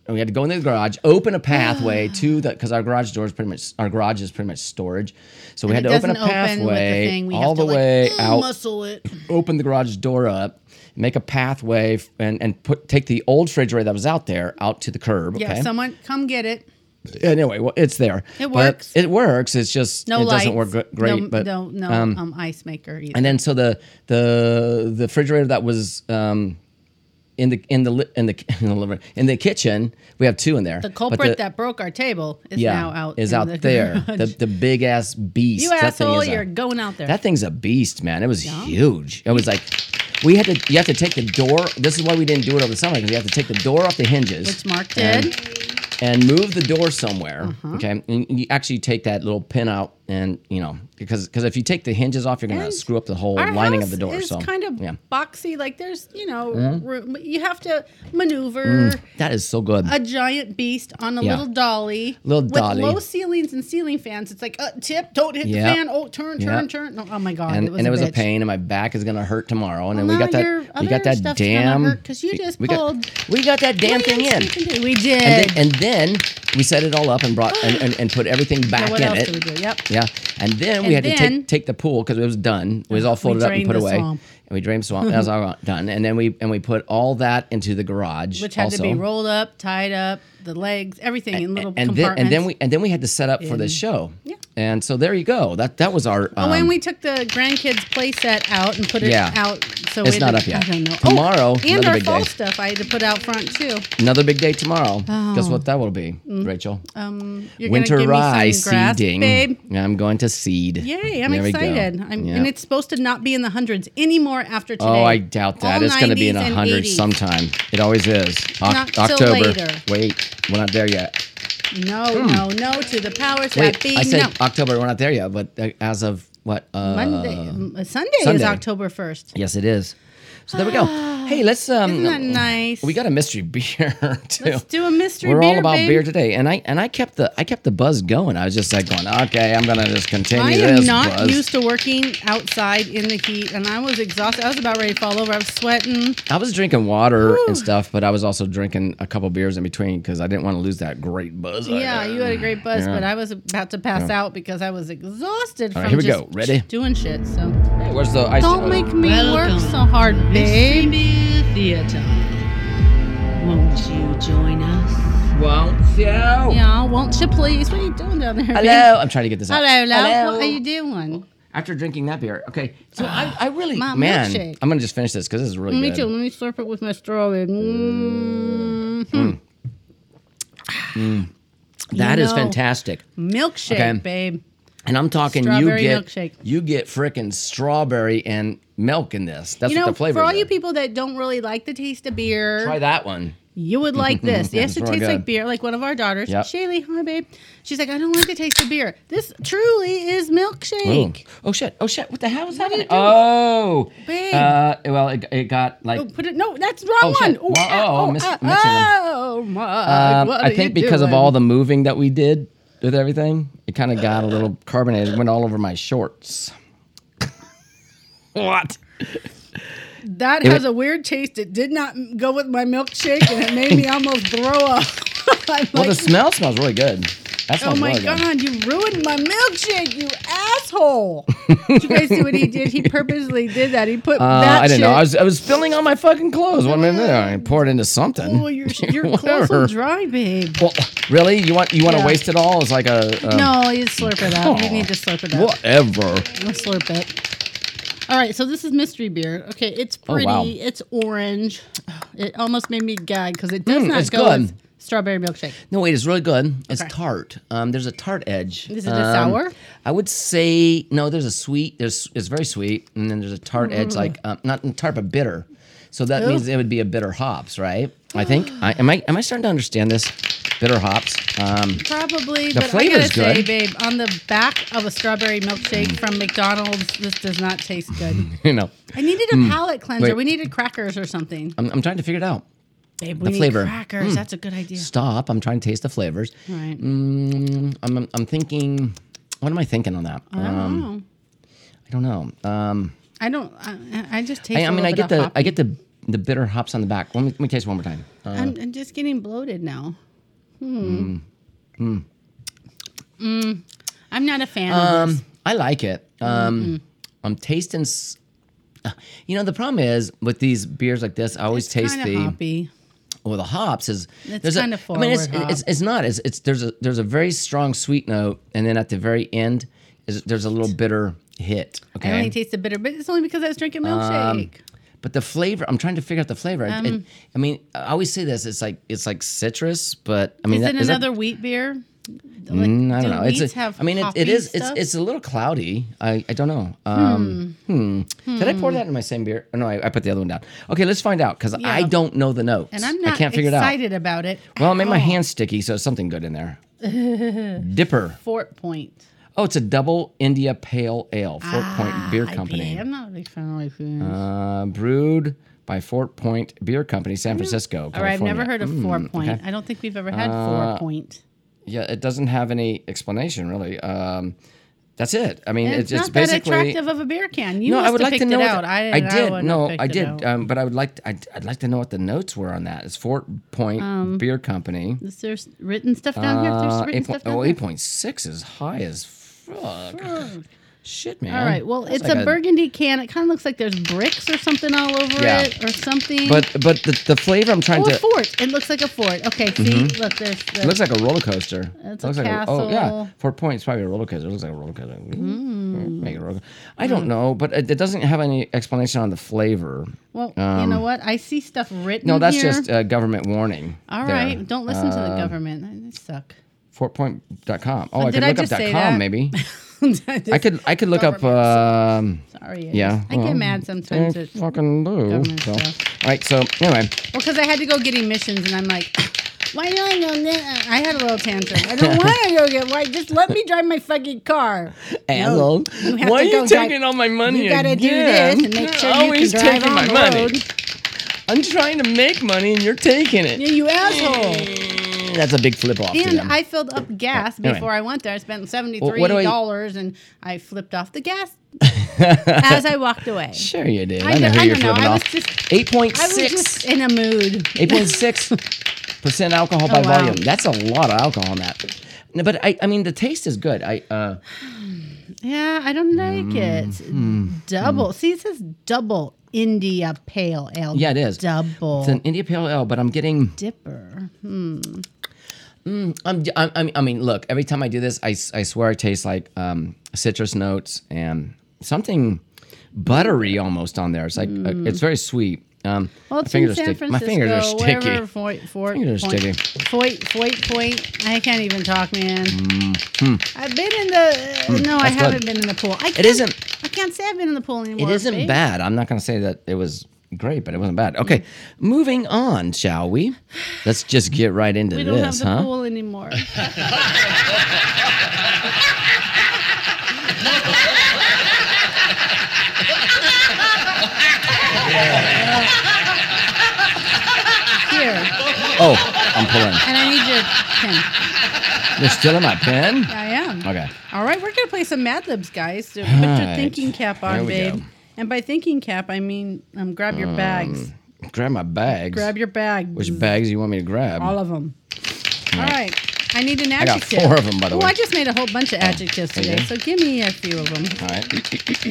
Speaker 2: we had to go into the garage, open a pathway to the because our garage door is pretty much our garage is pretty much storage, so we had
Speaker 3: And it
Speaker 2: to open a
Speaker 3: doesn't open with the
Speaker 2: pathway
Speaker 3: thing. We have
Speaker 2: all
Speaker 3: to,
Speaker 2: the
Speaker 3: like, mm,
Speaker 2: way out,
Speaker 3: Muscle it.
Speaker 2: open the garage door up. Make a pathway f- and, and put take the old refrigerator that was out there out to the curb.
Speaker 3: Yeah,
Speaker 2: okay?
Speaker 3: someone come get it.
Speaker 2: anyway, well, it's there.
Speaker 3: It
Speaker 2: But
Speaker 3: works.
Speaker 2: it works. It's just
Speaker 3: No
Speaker 2: it
Speaker 3: lights.
Speaker 2: doesn't work gr- great.
Speaker 3: No,
Speaker 2: but
Speaker 3: no, no um, ice maker either.
Speaker 2: and then so the the the refrigerator that was um in the in the li- in the in the living in the kitchen we have two in there
Speaker 3: the culprit that broke our table is
Speaker 2: yeah
Speaker 3: now out.
Speaker 2: is
Speaker 3: in
Speaker 2: out
Speaker 3: the
Speaker 2: there
Speaker 3: garage.
Speaker 2: the, the big ass beast
Speaker 3: you
Speaker 2: That thing
Speaker 3: asshole!
Speaker 2: is a-
Speaker 3: You're going out there.
Speaker 2: that thing's a beast man it was huge it was like we had to you have to take the door this is why we didn't do it over the summer because you have to take the door off the hinges
Speaker 3: which Mark
Speaker 2: and-
Speaker 3: did. Uh-huh.
Speaker 2: and move the door somewhere. Okay, and you actually take that little pin out, and you know because because if you take the hinges off, you're gonna
Speaker 3: And
Speaker 2: screw up the whole
Speaker 3: Our
Speaker 2: lining of
Speaker 3: house
Speaker 2: the door.
Speaker 3: is
Speaker 2: so
Speaker 3: kind of
Speaker 2: yeah, Mm-hmm.
Speaker 3: boxy. Like there's, you know, room, you have to maneuver
Speaker 2: that is so good.
Speaker 3: a giant beast on a
Speaker 2: Mm. Yeah.
Speaker 3: little dolly.
Speaker 2: Little
Speaker 3: with
Speaker 2: dolly.
Speaker 3: low ceilings and ceiling fans. It's like uh, tip, don't hit
Speaker 2: Yeah.
Speaker 3: the fan. Oh, turn, turn,
Speaker 2: Yeah.
Speaker 3: turn. No, oh my god,
Speaker 2: and,
Speaker 3: it was,
Speaker 2: and it was a
Speaker 3: bitch.
Speaker 2: pain, and my back is gonna hurt tomorrow. And
Speaker 3: Well,
Speaker 2: then we got
Speaker 3: now your
Speaker 2: that, we got
Speaker 3: other
Speaker 2: that
Speaker 3: stuff's gonna
Speaker 2: damn
Speaker 3: hurt 'cause you just
Speaker 2: we got-
Speaker 3: pulled
Speaker 2: we got that damn
Speaker 3: What
Speaker 2: thing
Speaker 3: else
Speaker 2: in,
Speaker 3: we can do? We did.
Speaker 2: and then, and then we set it all up and brought and, and, and put everything back
Speaker 3: Yeah, what
Speaker 2: in
Speaker 3: else
Speaker 2: it.
Speaker 3: did we do? Yep.
Speaker 2: Yeah, and then we had
Speaker 3: And
Speaker 2: to
Speaker 3: then-
Speaker 2: take, take the pool because it was done. It was all folded up and
Speaker 3: drained
Speaker 2: put
Speaker 3: the
Speaker 2: away,
Speaker 3: swamp.
Speaker 2: and we drained the swamp. that was all done, and then we and we put all that into the garage,
Speaker 3: Which had
Speaker 2: also.
Speaker 3: to be rolled up, tied up, the legs, everything in little
Speaker 2: and then
Speaker 3: compartments.
Speaker 2: and then we and then we had to set up for the show.
Speaker 3: Yeah.
Speaker 2: And so there you go. That that was our.
Speaker 3: Oh,
Speaker 2: um,
Speaker 3: and we took the grandkids' playset out and put it
Speaker 2: Yeah.
Speaker 3: out. So
Speaker 2: It's
Speaker 3: we had
Speaker 2: not
Speaker 3: to-
Speaker 2: up yet.
Speaker 3: I don't know.
Speaker 2: Tomorrow,
Speaker 3: oh, and
Speaker 2: another
Speaker 3: our
Speaker 2: big
Speaker 3: fall
Speaker 2: day.
Speaker 3: stuff I had to put out front too.
Speaker 2: another big day tomorrow. Guess what that will be, Rachel?
Speaker 3: Um, Oh. Mm. you're gonna
Speaker 2: Winter
Speaker 3: give me
Speaker 2: rye
Speaker 3: some grass,
Speaker 2: seeding.
Speaker 3: babe.
Speaker 2: I'm going to seed.
Speaker 3: Yay! I'm
Speaker 2: There we go.
Speaker 3: excited. I'm,
Speaker 2: Yeah.
Speaker 3: And it's supposed to not be in the hundreds anymore after today.
Speaker 2: Oh, I doubt that.
Speaker 3: All
Speaker 2: it's going to be in
Speaker 3: 90s
Speaker 2: a
Speaker 3: and
Speaker 2: hundred
Speaker 3: 80s.
Speaker 2: sometime. It always is. Oc-
Speaker 3: Not till
Speaker 2: October.
Speaker 3: later.
Speaker 2: Wait, we're not there yet.
Speaker 3: No, no, no to the powers that
Speaker 2: Hmm. Wait,
Speaker 3: be.
Speaker 2: I said
Speaker 3: no.
Speaker 2: October. We're not there yet. But uh, as of what? Uh,
Speaker 3: Monday, m- Sunday, is
Speaker 2: Sunday.
Speaker 3: October first.
Speaker 2: Yes, it is. So there we go. Hey, let's. Um,
Speaker 3: Ah, Isn't that nice?
Speaker 2: We got a mystery beer too.
Speaker 3: Let's do a mystery.
Speaker 2: we're
Speaker 3: beer,
Speaker 2: all about
Speaker 3: babe.
Speaker 2: beer today, and I and I kept the I kept the buzz going. I was just like going, okay, I'm gonna just continue
Speaker 3: I
Speaker 2: this
Speaker 3: am not
Speaker 2: buzz.
Speaker 3: used to working outside in the heat, and I was exhausted. I was about ready to fall over. I was sweating.
Speaker 2: I was drinking water and stuff, but I was also drinking a couple beers in between because I didn't want to lose that great buzz. I
Speaker 3: Yeah,
Speaker 2: had.
Speaker 3: you had a great buzz,
Speaker 2: Yeah.
Speaker 3: but I was about to pass out because I was exhausted
Speaker 2: All
Speaker 3: from
Speaker 2: right, here we
Speaker 3: just
Speaker 2: go. Ready?
Speaker 3: doing shit. So
Speaker 2: Hey, where's the ice?
Speaker 3: don't make me work
Speaker 4: Welcome
Speaker 3: so hard,
Speaker 4: to
Speaker 3: babe.
Speaker 4: Mystery Beer Theater. Won't you join us
Speaker 2: Won't you?
Speaker 3: Yeah, won't you please? What are you doing down there?
Speaker 2: Hello. I'm trying to get this out.
Speaker 3: Hello, love. What are you doing?
Speaker 2: After drinking that beer. Okay. So I, I really,
Speaker 3: My
Speaker 2: man,
Speaker 3: milkshake.
Speaker 2: I'm going to just finish this because this is really
Speaker 3: Me
Speaker 2: good.
Speaker 3: too. Let me slurp it with my straw. mm
Speaker 2: That is
Speaker 3: know.
Speaker 2: fantastic.
Speaker 3: Milkshake,
Speaker 2: Okay.
Speaker 3: babe.
Speaker 2: And I'm talking
Speaker 3: Strawberry
Speaker 2: you get
Speaker 3: milkshake.
Speaker 2: you get frickin' strawberry and milk in this. That's
Speaker 3: you know,
Speaker 2: what the flavor
Speaker 3: for all
Speaker 2: is.
Speaker 3: you people that don't really like the taste of beer,
Speaker 2: Try that one.
Speaker 3: you would like this.
Speaker 2: it's
Speaker 3: yes, it
Speaker 2: real
Speaker 3: tastes like
Speaker 2: good.
Speaker 3: beer. Like one of our daughters,
Speaker 2: Yep.
Speaker 3: Shaylee, hi, babe. She's like, I don't like the taste of beer. This truly is
Speaker 2: Ooh.
Speaker 3: milkshake.
Speaker 2: Oh shit! Oh shit! What the hell was
Speaker 3: What
Speaker 2: happening?
Speaker 3: did you do?
Speaker 2: Oh,
Speaker 3: Babe.
Speaker 2: Uh, well, it, it got like
Speaker 3: Oh, put it. No, that's the wrong
Speaker 2: Oh,
Speaker 3: one.
Speaker 2: shit. Well, oh,
Speaker 3: ah,
Speaker 2: oh, miss-
Speaker 3: ah,
Speaker 2: mixing them.
Speaker 3: oh, my.
Speaker 2: Um,
Speaker 3: what
Speaker 2: I
Speaker 3: are you
Speaker 2: think because of all
Speaker 3: doing?
Speaker 2: the moving that we did with everything, it kind of got a little carbonated. It went all over my shorts. what?
Speaker 3: that has a weird taste. It did not m- go with my milkshake, and it made me almost throw up. I'm
Speaker 2: Well,
Speaker 3: like,
Speaker 2: the smell smells really good. That
Speaker 3: Oh
Speaker 2: smells
Speaker 3: my
Speaker 2: really good.
Speaker 3: god, you ruined my milkshake, you asshole! did you guys see what he did? He purposely did that. He put
Speaker 2: Uh,
Speaker 3: that
Speaker 2: I didn't
Speaker 3: shit. Mm.
Speaker 2: know. I was I was spilling on my fucking clothes. One minute there, I poured into something.
Speaker 3: oh, your your clothes
Speaker 2: Whatever.
Speaker 3: are dry, babe.
Speaker 2: Well, really? You want you want to
Speaker 3: Yeah.
Speaker 2: waste it all? It's like a, a
Speaker 3: no, you slurp it up.
Speaker 2: Oh.
Speaker 3: You need to slurp it up.
Speaker 2: whatever.
Speaker 3: We'll slurp it. All right, so this is mystery beer. Okay, it's
Speaker 2: Oh,
Speaker 3: pretty.
Speaker 2: wow.
Speaker 3: It's orange. It almost made me gag because it does
Speaker 2: Mm,
Speaker 3: not
Speaker 2: it's
Speaker 3: go
Speaker 2: good.
Speaker 3: with strawberry milkshake.
Speaker 2: No, wait, it's really good. It's
Speaker 3: Okay.
Speaker 2: tart. Um, there's a tart edge.
Speaker 3: Is it
Speaker 2: um,
Speaker 3: a sour?
Speaker 2: I would say no. There's a sweet. There's it's very sweet, and then there's a tart edge, like
Speaker 3: Mm.
Speaker 2: um, not tart but bitter. So that means it would be a bitter hops, right? I think. I, am I am I starting to understand this? Bitter hops. Um,
Speaker 3: Probably,
Speaker 2: The
Speaker 3: but I
Speaker 2: flavor's
Speaker 3: gotta say,
Speaker 2: good.
Speaker 3: babe, on the back of a strawberry milkshake from McDonald's, this does not taste good.
Speaker 2: you know,
Speaker 3: I needed a palate cleanser.
Speaker 2: Hmm. Wait.
Speaker 3: We needed crackers or something.
Speaker 2: I'm, I'm trying to figure it out.
Speaker 3: Babe, we
Speaker 2: the
Speaker 3: need
Speaker 2: flavor.
Speaker 3: crackers. That's a good idea.
Speaker 2: Stop. I'm trying to taste the flavors.
Speaker 3: All right.
Speaker 2: Mm, I'm, I'm I'm thinking. What am I thinking on that?
Speaker 3: I
Speaker 2: Um,
Speaker 3: don't know.
Speaker 2: I don't know. Um,
Speaker 3: I don't. I, I just taste.
Speaker 2: I,
Speaker 3: I
Speaker 2: I mean, I get the
Speaker 3: I
Speaker 2: I get the the bitter hops on the back. Let me, let me taste one more time. Uh,
Speaker 3: I'm, I'm just getting bloated now. Hmm. Mm. I'm not a fan of this.
Speaker 2: um, I like it.
Speaker 3: Mm-hmm.
Speaker 2: Um, I'm tasting. s- uh, You know, the problem is with these beers like this, I always taste
Speaker 3: Kinda
Speaker 2: the
Speaker 3: hoppy.
Speaker 2: well the hops is
Speaker 3: It's
Speaker 2: there's a-
Speaker 3: kinda
Speaker 2: I mean, it's,
Speaker 3: forward hop.
Speaker 2: it's it's not. It's, it's there's a there's a very strong sweet note, and then at the very end, is there's a little bitter hit. Okay. Um,
Speaker 3: I only taste the bitter, but it's only because I was drinking milkshake.
Speaker 2: But the flavor, I'm trying to figure out the flavor. It- it-
Speaker 3: Um,
Speaker 2: I mean, I always say this. It's like it's like citrus, but I mean,
Speaker 3: is
Speaker 2: that-
Speaker 3: it
Speaker 2: that-
Speaker 3: another wheat beer? Like,
Speaker 2: Mm, I don't
Speaker 3: do
Speaker 2: know. It's
Speaker 3: wheats
Speaker 2: a,
Speaker 3: have
Speaker 2: I mean, it, it
Speaker 3: hoppy
Speaker 2: is. It's
Speaker 3: stuff?
Speaker 2: it's a little cloudy. I, I don't know. Um, hmm. Did I pour that in my same beer? Oh, no, I, I put the other one down. Okay, let's find out because I
Speaker 3: Yeah.
Speaker 2: don't know the notes.
Speaker 3: and I'm
Speaker 2: I
Speaker 3: not
Speaker 2: can't figure it
Speaker 3: excited about it.
Speaker 2: out. Well, I made my
Speaker 3: at all.
Speaker 2: hands sticky, so it's something good in there. Dipper.
Speaker 3: Fort Point
Speaker 2: Oh, it's a double India Pale Ale, Fort
Speaker 3: Ah,
Speaker 2: Point Beer
Speaker 3: IPA.
Speaker 2: Company,
Speaker 3: I'm not a big fan of IPAs.
Speaker 2: uh, brewed by Fort Point Beer Company, San Francisco,
Speaker 3: Mm. All right, I've
Speaker 2: California. Mm.
Speaker 3: never heard of Four Point. I don't think we've ever had
Speaker 2: Uh,
Speaker 3: Four Point.
Speaker 2: Yeah, it doesn't have any explanation really. Um, that's it. I mean,
Speaker 3: And
Speaker 2: it's,
Speaker 3: it's,
Speaker 2: it's
Speaker 3: not that
Speaker 2: basically
Speaker 3: attractive of a beer can. You
Speaker 2: no,
Speaker 3: must
Speaker 2: I would
Speaker 3: have
Speaker 2: like to
Speaker 3: picked
Speaker 2: know.
Speaker 3: it
Speaker 2: what
Speaker 3: out.
Speaker 2: the-
Speaker 3: I,
Speaker 2: I
Speaker 3: I
Speaker 2: did.
Speaker 3: would not
Speaker 2: no,
Speaker 3: have
Speaker 2: I
Speaker 3: picked it
Speaker 2: did.
Speaker 3: out.
Speaker 2: Um, but I would like. To, I'd, I'd like to know what the notes were on that. It's Fort Point Beer Company.
Speaker 3: Is there s- written stuff down here? If
Speaker 2: Uh,
Speaker 3: Um, There's written
Speaker 2: eight point-
Speaker 3: stuff down
Speaker 2: oh,
Speaker 3: here.
Speaker 2: 8.6 is high as fuck. Shit, man.
Speaker 3: All right. Well,
Speaker 2: That's
Speaker 3: it's
Speaker 2: like
Speaker 3: a burgundy can. It kind of looks like there's bricks or something all over
Speaker 2: Yeah.
Speaker 3: it, or something.
Speaker 2: But but the, the flavor I'm trying
Speaker 3: or
Speaker 2: to.
Speaker 3: Oh, fort. It looks like a fort. Okay. See, look, there's. The,
Speaker 2: It looks like a roller coaster.
Speaker 3: It's
Speaker 2: It looks
Speaker 3: a
Speaker 2: like oh yeah,
Speaker 3: castle.
Speaker 2: Fort Point's probably a roller coaster. It looks like a roller coaster.
Speaker 3: Hmm.
Speaker 2: Make a roller coaster. I don't know, but it, it doesn't have any explanation on the flavor.
Speaker 3: well, you
Speaker 2: um,
Speaker 3: know what? I see stuff written.
Speaker 2: No, that's
Speaker 3: here.
Speaker 2: just a government warning.
Speaker 3: All
Speaker 2: there. Uh,
Speaker 3: right. Don't listen to the government. They suck.
Speaker 2: fortpoint.com. Oh, I
Speaker 3: Uh, did
Speaker 2: could
Speaker 3: I
Speaker 2: look up
Speaker 3: just
Speaker 2: dot
Speaker 3: say
Speaker 2: .com
Speaker 3: that?
Speaker 2: maybe. I
Speaker 3: I
Speaker 2: could I could look up um
Speaker 3: Sorry. I
Speaker 2: yeah.
Speaker 3: just- I
Speaker 2: well,
Speaker 3: get mad sometimes.
Speaker 2: I
Speaker 3: At, well,
Speaker 2: fucking do.
Speaker 3: government
Speaker 2: So. All
Speaker 3: stuff.
Speaker 2: right, so anyway,
Speaker 3: because I had to go get emissions, and I'm like, why do I go? there?" I had a little tantrum. I don't want to go get. Why? Just let me drive my fucking car.
Speaker 2: hello.
Speaker 3: you have
Speaker 2: Why are
Speaker 3: to
Speaker 2: you
Speaker 3: go
Speaker 2: taking
Speaker 3: drive-
Speaker 2: all my money?
Speaker 3: you gotta do
Speaker 2: again?
Speaker 3: this and make
Speaker 2: You're
Speaker 3: sure
Speaker 2: always
Speaker 3: you can drive
Speaker 2: taking
Speaker 3: on
Speaker 2: my
Speaker 3: the
Speaker 2: money.
Speaker 3: road.
Speaker 2: I'm trying to make money and you're taking
Speaker 3: Yeah,
Speaker 2: it. Oh.
Speaker 3: you asshole.
Speaker 2: That's a big flip off to
Speaker 3: And
Speaker 2: them.
Speaker 3: I filled up gas
Speaker 2: Anyway.
Speaker 3: before I went there. I spent seventy
Speaker 2: Well,
Speaker 3: three
Speaker 2: what do I-
Speaker 3: dollars, and I flipped off the gas as I walked away.
Speaker 2: sure you did. I,
Speaker 3: I
Speaker 2: know
Speaker 3: don't-
Speaker 2: who
Speaker 3: I
Speaker 2: you're
Speaker 3: don't know.
Speaker 2: flipping
Speaker 3: I was
Speaker 2: off.
Speaker 3: just-
Speaker 2: Eight point
Speaker 3: I was
Speaker 2: six.
Speaker 3: just in a mood.
Speaker 2: Eight point six percent alcohol by
Speaker 3: Oh, wow.
Speaker 2: volume. That's a lot of alcohol in that. No, but I, I mean, the taste is good. I, uh,
Speaker 3: Yeah, I don't like
Speaker 2: Mm-hmm.
Speaker 3: it. Double. See, it says double India Pale Ale.
Speaker 2: Mm. Yeah, it is.
Speaker 3: Double
Speaker 2: it's an India Pale Ale, but I'm getting
Speaker 3: Dipper.
Speaker 2: I'm, I'm, I'm- I mean, look, every time I do this, I, s- I swear I taste like um, citrus notes and something buttery almost on there. It's like, uh, it's very sweet. Um,
Speaker 3: Well,
Speaker 2: my
Speaker 3: it's in San
Speaker 2: stick-
Speaker 3: Francisco.
Speaker 2: My fingers are
Speaker 3: wherever
Speaker 2: sticky.
Speaker 3: Foy, for,
Speaker 2: Fingers are
Speaker 3: point,
Speaker 2: sticky.
Speaker 3: Foy, foy, foy. I can't even talk, man. I've been in the.
Speaker 2: Mm-hmm. Hmm,
Speaker 3: no, I
Speaker 2: that's good.
Speaker 3: haven't been in the pool. I can't-
Speaker 2: isn't-
Speaker 3: I can't say I've been in the pool anymore.
Speaker 2: It isn't
Speaker 3: babe.
Speaker 2: bad. I'm not going to say that it was great, but it wasn't bad. Okay, moving on, shall we? Let's just get right into
Speaker 3: We don't
Speaker 2: this,
Speaker 3: have the
Speaker 2: huh?
Speaker 3: pool anymore. Here,
Speaker 2: Oh, I'm pulling.
Speaker 3: and I need your pen.
Speaker 2: They're still in my pen?
Speaker 3: I am.
Speaker 2: Okay.
Speaker 3: All right, we're gonna play some Mad Libs, guys. So Put your
Speaker 2: right.
Speaker 3: thinking cap on,
Speaker 2: There we
Speaker 3: babe.
Speaker 2: go.
Speaker 3: And by thinking cap, I mean um, grab your bags.
Speaker 2: Grab my bags.
Speaker 3: Grab your bag.
Speaker 2: Which bags you want me to grab?
Speaker 3: All of them. All right. I need an
Speaker 2: got
Speaker 3: adjective.
Speaker 2: four of 'em, by the
Speaker 3: Ooh,
Speaker 2: way.
Speaker 3: I just made a whole bunch of adjectives
Speaker 2: there you
Speaker 3: today, so
Speaker 2: go.
Speaker 3: give me a few of them.
Speaker 2: All right.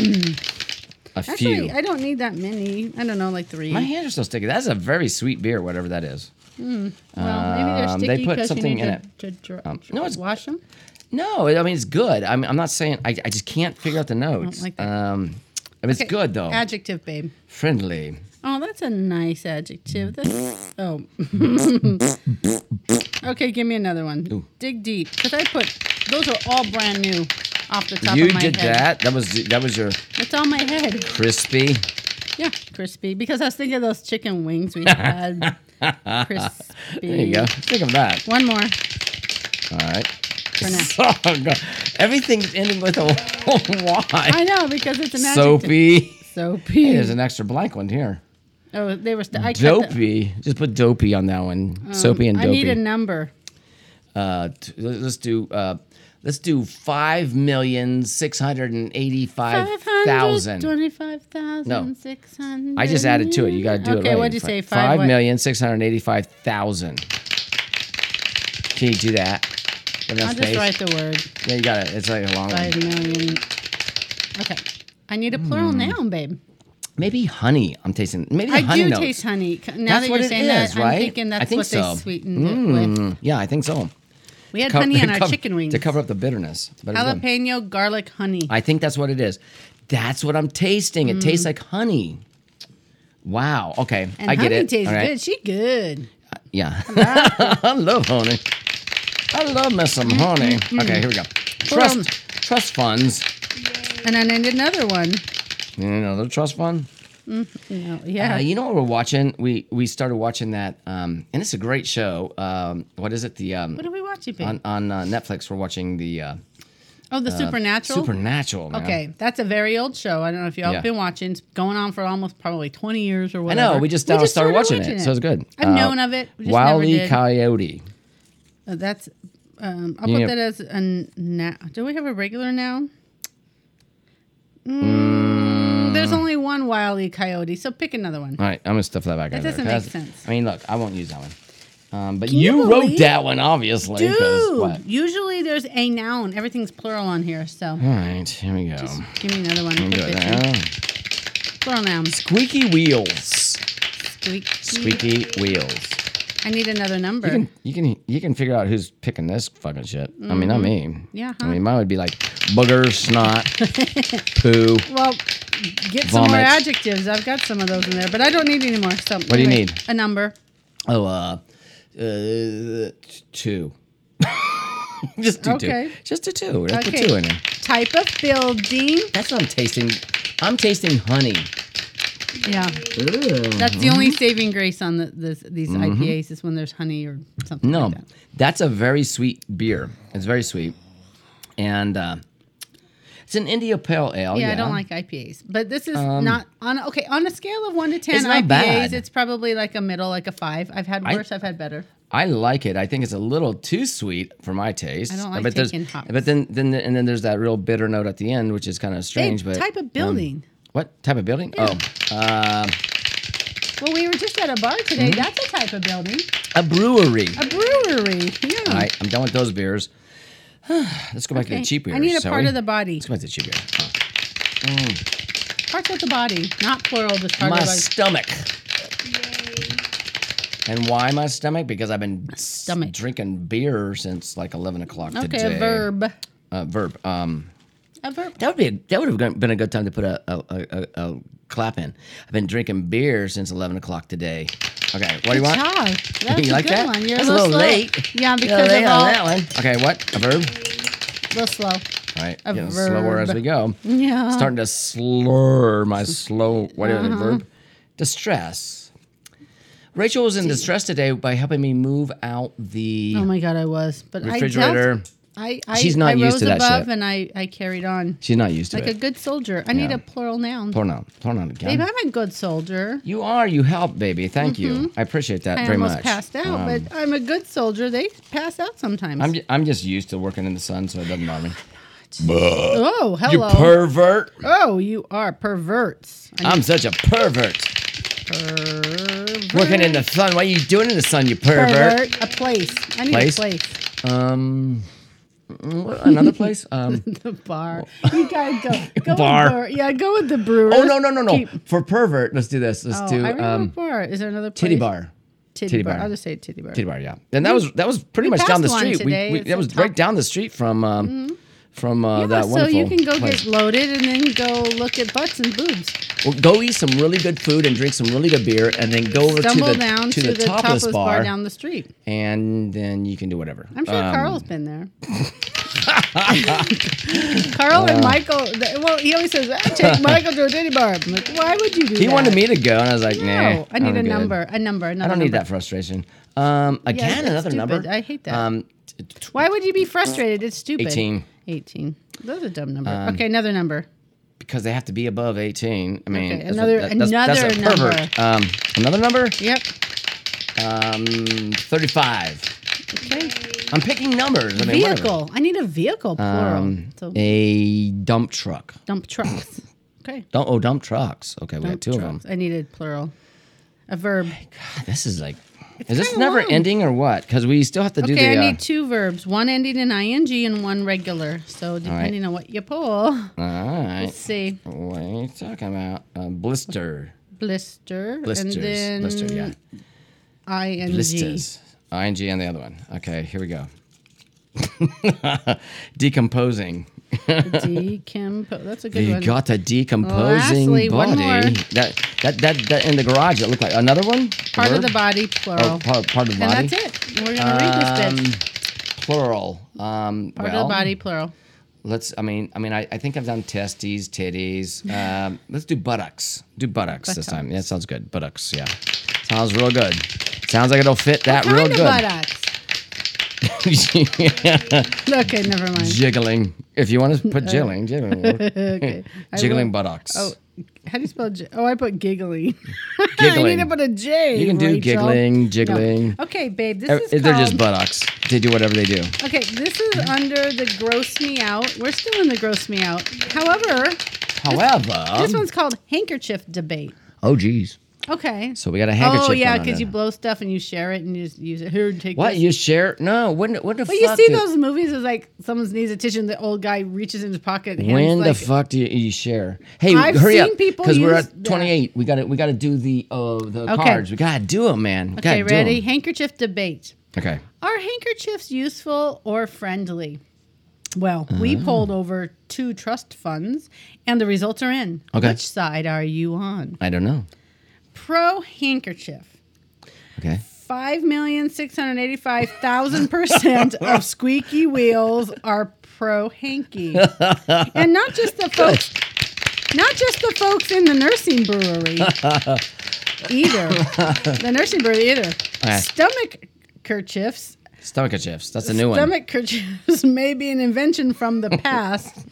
Speaker 2: A
Speaker 3: Actually,
Speaker 2: few.
Speaker 3: I don't need that many. I don't know, like three.
Speaker 2: My hands are still sticky. That's a very sweet beer, whatever that is.
Speaker 3: well, maybe they're
Speaker 2: um, they
Speaker 3: sticky
Speaker 2: put
Speaker 3: 'cause
Speaker 2: something
Speaker 3: you need
Speaker 2: in
Speaker 3: to, to dr-
Speaker 2: Um, no, it's-
Speaker 3: wash them.
Speaker 2: No, I mean it's good. I'm, I'm not saying I, I just can't figure out the notes.
Speaker 3: like that.
Speaker 2: Um, I mean, it's good though.
Speaker 3: Adjective, babe.
Speaker 2: Friendly.
Speaker 3: Oh, that's a nice adjective. That's oh. okay, give me another one. Dig deep, because I put those are all brand new off the top
Speaker 2: you
Speaker 3: of my
Speaker 2: did
Speaker 3: head.
Speaker 2: that. That was that was your
Speaker 3: It's on my head.
Speaker 2: crispy.
Speaker 3: Yeah, crispy. Because I was thinking of those chicken wings we had. crispy.
Speaker 2: There you go. Think of that.
Speaker 3: One more.
Speaker 2: All right.
Speaker 3: next.
Speaker 2: Oh, God. Everything's ending with a
Speaker 3: I
Speaker 2: Y.
Speaker 3: know because it's an adjective.
Speaker 2: Soapy.
Speaker 3: Soapy.
Speaker 2: There's an extra blank one here.
Speaker 3: oh, they were. St- I cut the- Um,
Speaker 2: Dopey. Just put dopey on that one. Soapy and
Speaker 3: I
Speaker 2: dopey.
Speaker 3: need a number.
Speaker 2: uh, t- let's do uh, let's do five million six hundred and eighty-five thousand.
Speaker 3: 525,000.
Speaker 2: No. I just added to it. You got to do it right.
Speaker 3: okay, what'd you
Speaker 2: Fi-
Speaker 3: say?
Speaker 2: Five
Speaker 3: what?
Speaker 2: million six hundred eighty-five thousand. Can you do that? Enough
Speaker 3: I'll
Speaker 2: space?
Speaker 3: just write the word.
Speaker 2: yeah, you got it. It's like a long
Speaker 3: Five
Speaker 2: one.
Speaker 3: million. Okay. I need a plural
Speaker 2: Hmm.
Speaker 3: noun, babe.
Speaker 2: Maybe honey. I'm tasting. Maybe the
Speaker 3: I
Speaker 2: honey
Speaker 3: do
Speaker 2: notes.
Speaker 3: taste honey. C- Now
Speaker 2: That's
Speaker 3: that
Speaker 2: what
Speaker 3: you're
Speaker 2: it
Speaker 3: saying
Speaker 2: is,
Speaker 3: that,
Speaker 2: right?
Speaker 3: I'm thinking
Speaker 2: I
Speaker 3: that's
Speaker 2: think
Speaker 3: what
Speaker 2: so.
Speaker 3: they sweetened it with.
Speaker 2: Mm, yeah, I think so.
Speaker 3: We had
Speaker 2: Co-
Speaker 3: honey on
Speaker 2: to
Speaker 3: our
Speaker 2: cover-
Speaker 3: chicken wings.
Speaker 2: to cover up the bitterness. But it's good.
Speaker 3: Jalapeno garlic honey.
Speaker 2: I think that's what it is. That's what I'm tasting. It tastes like honey. Wow. Okay,
Speaker 3: Mm. and
Speaker 2: I get
Speaker 3: honey
Speaker 2: it.
Speaker 3: tastes
Speaker 2: All right.
Speaker 3: good. She good.
Speaker 2: Yeah. I love honey. I love me some honey. Okay, here we go. Trust
Speaker 3: Mm-hmm. on.
Speaker 2: trust funds.
Speaker 3: And then I need another one.
Speaker 2: You know the trust fund?
Speaker 3: No,
Speaker 2: Uh,
Speaker 3: yeah.
Speaker 2: you know what we're watching? We we started watching that um and it's a great show. Um what is it? The um
Speaker 3: what are we watching, babe?
Speaker 2: on, on uh, Netflix we're watching the uh
Speaker 3: oh, the supernatural.
Speaker 2: Supernatural, man.
Speaker 3: Okay, that's a very old show. I don't know if y'all
Speaker 2: Yeah.
Speaker 3: have been watching. It's going on for almost probably 20 years or
Speaker 2: I
Speaker 3: whatever.
Speaker 2: know, we just, now started, watching, it, so it's good. Uh, E.
Speaker 3: I've known of it. We just never
Speaker 2: Wily
Speaker 3: did.
Speaker 2: Coyote.
Speaker 3: Uh, that's, um, I'll
Speaker 2: You
Speaker 3: put
Speaker 2: get-
Speaker 3: that as a now. Do we have a regular now? Mm, There's only one wily coyote, so pick another one.
Speaker 2: All right, I'm gonna stuff that back. That
Speaker 3: doesn't make sense.
Speaker 2: I mean, look, I won't use that one. Um, but
Speaker 3: you
Speaker 2: you, wrote
Speaker 3: believe-
Speaker 2: that one, obviously. 'cause what?
Speaker 3: Dude, usually there's a noun. Everything's plural on here, so
Speaker 2: All right, here we go.
Speaker 3: give me another one.
Speaker 2: Let me
Speaker 3: Put
Speaker 2: do it
Speaker 3: this
Speaker 2: now.
Speaker 3: in. Plural noun.
Speaker 2: Squeaky wheels.
Speaker 3: Squeak.
Speaker 2: Squeaky wheels.
Speaker 3: I need another number.
Speaker 2: You can you can you can figure out who's picking this fucking shit. I mean, not me.
Speaker 3: Mm-hmm. Yeah,
Speaker 2: I
Speaker 3: huh?
Speaker 2: mean, mine would be like booger, snot, poo.
Speaker 3: Well, get some more
Speaker 2: Vomit.
Speaker 3: adjectives. I've got some of those in there, but I don't need any more. So what
Speaker 2: do you need?
Speaker 3: A number.
Speaker 2: Oh, uh, uh two. Just do
Speaker 3: Okay.
Speaker 2: two. Just do two. Just
Speaker 3: Okay.
Speaker 2: put two in there.
Speaker 3: Type of building.
Speaker 2: That's what I'm tasting. I'm tasting honey.
Speaker 3: Yeah. That's the only saving grace on the, this, these IPAs is when there's honey or
Speaker 2: Mm-hmm.
Speaker 3: something.
Speaker 2: No, Oh,
Speaker 3: like that.
Speaker 2: that's a very sweet beer. It's very sweet, and uh, it's an India Pale Ale. Yeah,
Speaker 3: Yeah,
Speaker 2: Um,
Speaker 3: I don't like IPAs, but this is not on. Okay, on a scale of one to ten
Speaker 2: It's not
Speaker 3: IPAs,
Speaker 2: bad.
Speaker 3: it's probably like a middle, like a five. I've had worse. I, have had better.
Speaker 2: I like it. I think it's a little too sweet for my taste.
Speaker 3: I don't like
Speaker 2: there's-
Speaker 3: taking hops.
Speaker 2: But then, then, and then there's that real bitter note at the end, which is kind of strange.
Speaker 3: Babe,
Speaker 2: but um,
Speaker 3: type of building.
Speaker 2: what type of building? Oh, uh,
Speaker 3: well, we were just at a bar today.
Speaker 2: Mm-hmm.
Speaker 3: That's a type of building.
Speaker 2: a brewery.
Speaker 3: A brewery. Yeah.
Speaker 2: All right, I'm done with those beers. Let's go back to
Speaker 3: Okay,
Speaker 2: the cheap beers.
Speaker 3: I need a
Speaker 2: shall
Speaker 3: part
Speaker 2: we?
Speaker 3: of the body.
Speaker 2: Let's go back to the cheap beers. Oh,
Speaker 3: Parts of the body, not plural. Just part
Speaker 2: my
Speaker 3: of the body.
Speaker 2: stomach. And why my stomach? Because I've been s-
Speaker 3: Stomach.
Speaker 2: drinking beer since like eleven o'clock
Speaker 3: Okay,
Speaker 2: today.
Speaker 3: a verb.
Speaker 2: Uh, verb. Um,
Speaker 3: A verb.
Speaker 2: that would be that would have been a good time to put a a, a, a a clap in. I've been drinking beer since eleven o'clock today. Okay, what do you want?
Speaker 3: Job. That's
Speaker 2: you
Speaker 3: a
Speaker 2: like
Speaker 3: good
Speaker 2: that?
Speaker 3: one. You're
Speaker 2: That's
Speaker 3: a little, slow.
Speaker 2: late.
Speaker 3: Yeah,
Speaker 2: You're
Speaker 3: because
Speaker 2: late
Speaker 3: of
Speaker 2: on
Speaker 3: all.
Speaker 2: that one. Okay, what a verb.
Speaker 3: A little slow.
Speaker 2: All right,
Speaker 3: A
Speaker 2: getting slower as
Speaker 3: verb. Mm-hmm.
Speaker 2: we go.
Speaker 3: Yeah.
Speaker 2: starting to slur my slow what is
Speaker 3: Uh-huh.
Speaker 2: it verb distress rachel was in distress today by helping me move out the
Speaker 3: Oh my god, I was, but I
Speaker 2: refrigerator
Speaker 3: dealt. I, I
Speaker 2: She's not
Speaker 3: I
Speaker 2: used
Speaker 3: rose
Speaker 2: to that
Speaker 3: above
Speaker 2: shit.
Speaker 3: and I I carried on
Speaker 2: she's not used to
Speaker 3: like a
Speaker 2: it
Speaker 3: good soldier. I need
Speaker 2: Yeah.
Speaker 3: a plural noun.
Speaker 2: Hold on, hold on
Speaker 3: Babe,
Speaker 2: again
Speaker 3: I'm a good soldier.
Speaker 2: you are you help baby thank you i appreciate that
Speaker 3: Mm-hmm. I
Speaker 2: very
Speaker 3: almost
Speaker 2: much
Speaker 3: passed out,
Speaker 2: Um,
Speaker 3: but I'm a good soldier. They pass out sometimes.
Speaker 2: I'm, ju- I'm just used to working in the sun so it doesn't bother me
Speaker 3: oh,
Speaker 2: you
Speaker 3: hello.
Speaker 2: pervert
Speaker 3: oh, you are perverts. I
Speaker 2: i'm such a pervert
Speaker 3: pervert.
Speaker 2: working in the sun what are you doing in the sun you pervert.
Speaker 3: pervert. A place. I need
Speaker 2: Place?
Speaker 3: a place.
Speaker 2: um what, another place um
Speaker 3: The bar. You gotta go. go
Speaker 2: Bar.
Speaker 3: With brewer. Yeah, go with the brewer.
Speaker 2: Oh no no no no!
Speaker 3: Keep-
Speaker 2: For pervert, let's do this. Let's
Speaker 3: Oh, I
Speaker 2: do
Speaker 3: remember
Speaker 2: um,
Speaker 3: bar. Is there another place?
Speaker 2: titty bar.
Speaker 3: Titty,
Speaker 2: Titty
Speaker 3: bar.
Speaker 2: bar.
Speaker 3: I'll just say titty bar.
Speaker 2: Titty bar, yeah. And that was that was pretty much down
Speaker 3: passed
Speaker 2: the
Speaker 3: one
Speaker 2: street.
Speaker 3: today.
Speaker 2: We, we,
Speaker 3: It's
Speaker 2: that
Speaker 3: a
Speaker 2: was
Speaker 3: top-
Speaker 2: right down the street from um, from uh,
Speaker 3: Yeah,
Speaker 2: that
Speaker 3: so
Speaker 2: wonderful
Speaker 3: you can go
Speaker 2: place.
Speaker 3: get loaded and then go look at butts and boobs.
Speaker 2: Well, go eat some really good food and drink some really good beer, and then go over to
Speaker 3: Stumble
Speaker 2: the
Speaker 3: down
Speaker 2: to, the, topless, bar,
Speaker 3: down the street.
Speaker 2: and then you can do whatever.
Speaker 3: I'm sure
Speaker 2: Um,
Speaker 3: Carl's been there. Carl
Speaker 2: Uh,
Speaker 3: and Michael. th- Well, he always says, "I "Take Michael to a titty bar." I'm like, why would you do that?
Speaker 2: He wanted me to go, and I was like,
Speaker 3: No,
Speaker 2: nah.
Speaker 3: I
Speaker 2: I'm
Speaker 3: need a
Speaker 2: good.
Speaker 3: number. A number. Another
Speaker 2: I don't need
Speaker 3: number.
Speaker 2: that frustration. Um, again,
Speaker 3: that's
Speaker 2: another number.
Speaker 3: stupid. I hate that.
Speaker 2: Um, t- t-
Speaker 3: Why would you be frustrated? It's stupid.
Speaker 2: 18.
Speaker 3: 18. That's a dumb number.
Speaker 2: Um,
Speaker 3: okay, another number.
Speaker 2: because they have to be above 18. I mean,
Speaker 3: Okay,
Speaker 2: that's a-
Speaker 3: another-
Speaker 2: that- that's, that's a
Speaker 3: another number.
Speaker 2: pervert. Um, another number?
Speaker 3: Yep.
Speaker 2: Um, 35.
Speaker 3: Okay.
Speaker 2: I'm picking numbers. I mean, whatever.
Speaker 3: Vehicle. I need a
Speaker 2: Um,
Speaker 3: vehicle. Plural. so
Speaker 2: A dump truck.
Speaker 3: dump trucks. Okay.
Speaker 2: Dump, oh, dump trucks. Okay, we got
Speaker 3: Dump
Speaker 2: two of
Speaker 3: trucks.
Speaker 2: them.
Speaker 3: I needed plural. A verb.
Speaker 2: God, this is like, is this
Speaker 3: kinda
Speaker 2: never
Speaker 3: long.
Speaker 2: ending or what? Because we still have to do
Speaker 3: Okay,
Speaker 2: the.
Speaker 3: I
Speaker 2: uh,
Speaker 3: need two verbs, one ending in ing and one regular. So depending on what you pull,
Speaker 2: all right.
Speaker 3: let's see,
Speaker 2: What are you talking about? Uh, blister.
Speaker 3: blister,
Speaker 2: Blisters.
Speaker 3: and then
Speaker 2: Blister, yeah.
Speaker 3: ing.
Speaker 2: Blisters. ING on the other one. Okay, here we go. Decomposing.
Speaker 3: Decompo- That's a good
Speaker 2: You
Speaker 3: one.
Speaker 2: got a decomposing
Speaker 3: Lastly,
Speaker 2: body.
Speaker 3: one more.
Speaker 2: That, that that that in the garage. It looked like another one.
Speaker 3: part of
Speaker 2: Verb?
Speaker 3: the body,
Speaker 2: Oh,
Speaker 3: plural.
Speaker 2: part, part of the
Speaker 3: and
Speaker 2: body.
Speaker 3: that's it. We're gonna read this
Speaker 2: Um,
Speaker 3: bit.
Speaker 2: Plural. Um,
Speaker 3: Part
Speaker 2: well,
Speaker 3: of the body, plural.
Speaker 2: Let's. I mean. I mean. I, I think I've done testes, titties. Um, let's do buttocks. Do buttocks, this time. Yeah, sounds good. Buttocks. Yeah, sounds real good. Sounds like it'll fit that real
Speaker 3: Kind of
Speaker 2: good.
Speaker 3: buttocks. Okay, never mind.
Speaker 2: jiggling. If you want to put jiggling, jiggling, will work.
Speaker 3: Okay. I
Speaker 2: jiggling
Speaker 3: will-
Speaker 2: buttocks.
Speaker 3: Oh, how do you spell? J- oh, I put giggling. I
Speaker 2: Giggling.
Speaker 3: need to put a J.
Speaker 2: You can do
Speaker 3: Rachel.
Speaker 2: giggling,
Speaker 3: No.
Speaker 2: jiggling.
Speaker 3: Okay, babe. This
Speaker 2: Uh,
Speaker 3: is
Speaker 2: They're just
Speaker 3: called-
Speaker 2: buttocks. They do whatever they do.
Speaker 3: Okay, this is under the gross me out. We're still in the gross me out. However,
Speaker 2: However,
Speaker 3: this one's called handkerchief debate.
Speaker 2: oh geez.
Speaker 3: Okay.
Speaker 2: So we got a handkerchief.
Speaker 3: Oh yeah,
Speaker 2: going on
Speaker 3: because you
Speaker 2: there.
Speaker 3: blow stuff and you share it and you just use it. Here, take
Speaker 2: What
Speaker 3: this.
Speaker 2: you share? No, when when the
Speaker 3: But you
Speaker 2: fuck
Speaker 3: see
Speaker 2: do-
Speaker 3: those movies is like someone needs a tissue and the old guy reaches in his pocket. And
Speaker 2: When
Speaker 3: hands,
Speaker 2: the
Speaker 3: like,
Speaker 2: fuck do you, you share? Hey,
Speaker 3: I've
Speaker 2: hurry
Speaker 3: seen
Speaker 2: up,
Speaker 3: people
Speaker 2: because we're
Speaker 3: use
Speaker 2: at twenty eight. We got to we got to do the oh the
Speaker 3: Okay.
Speaker 2: cards. We gotta do them, man. We
Speaker 3: Okay,
Speaker 2: gotta do 'em.
Speaker 3: ready? Handkerchief debate.
Speaker 2: Okay,
Speaker 3: Are handkerchiefs useful or friendly? Well, we
Speaker 2: Mm.
Speaker 3: polled over two trust funds, and the results are in.
Speaker 2: Okay.
Speaker 3: Which side are you on?
Speaker 2: I don't know.
Speaker 3: Pro handkerchief.
Speaker 2: Okay,
Speaker 3: Five million six hundred eighty-five thousand percent of squeaky wheels are pro hanky, and not just the folks, not just the folks in the nursing brewery either. The nursing brewery either.
Speaker 2: Okay.
Speaker 3: Stomach kerchiefs.
Speaker 2: stomach chips. That's a new one.
Speaker 3: Stomach kerchiefs may be an invention from the past,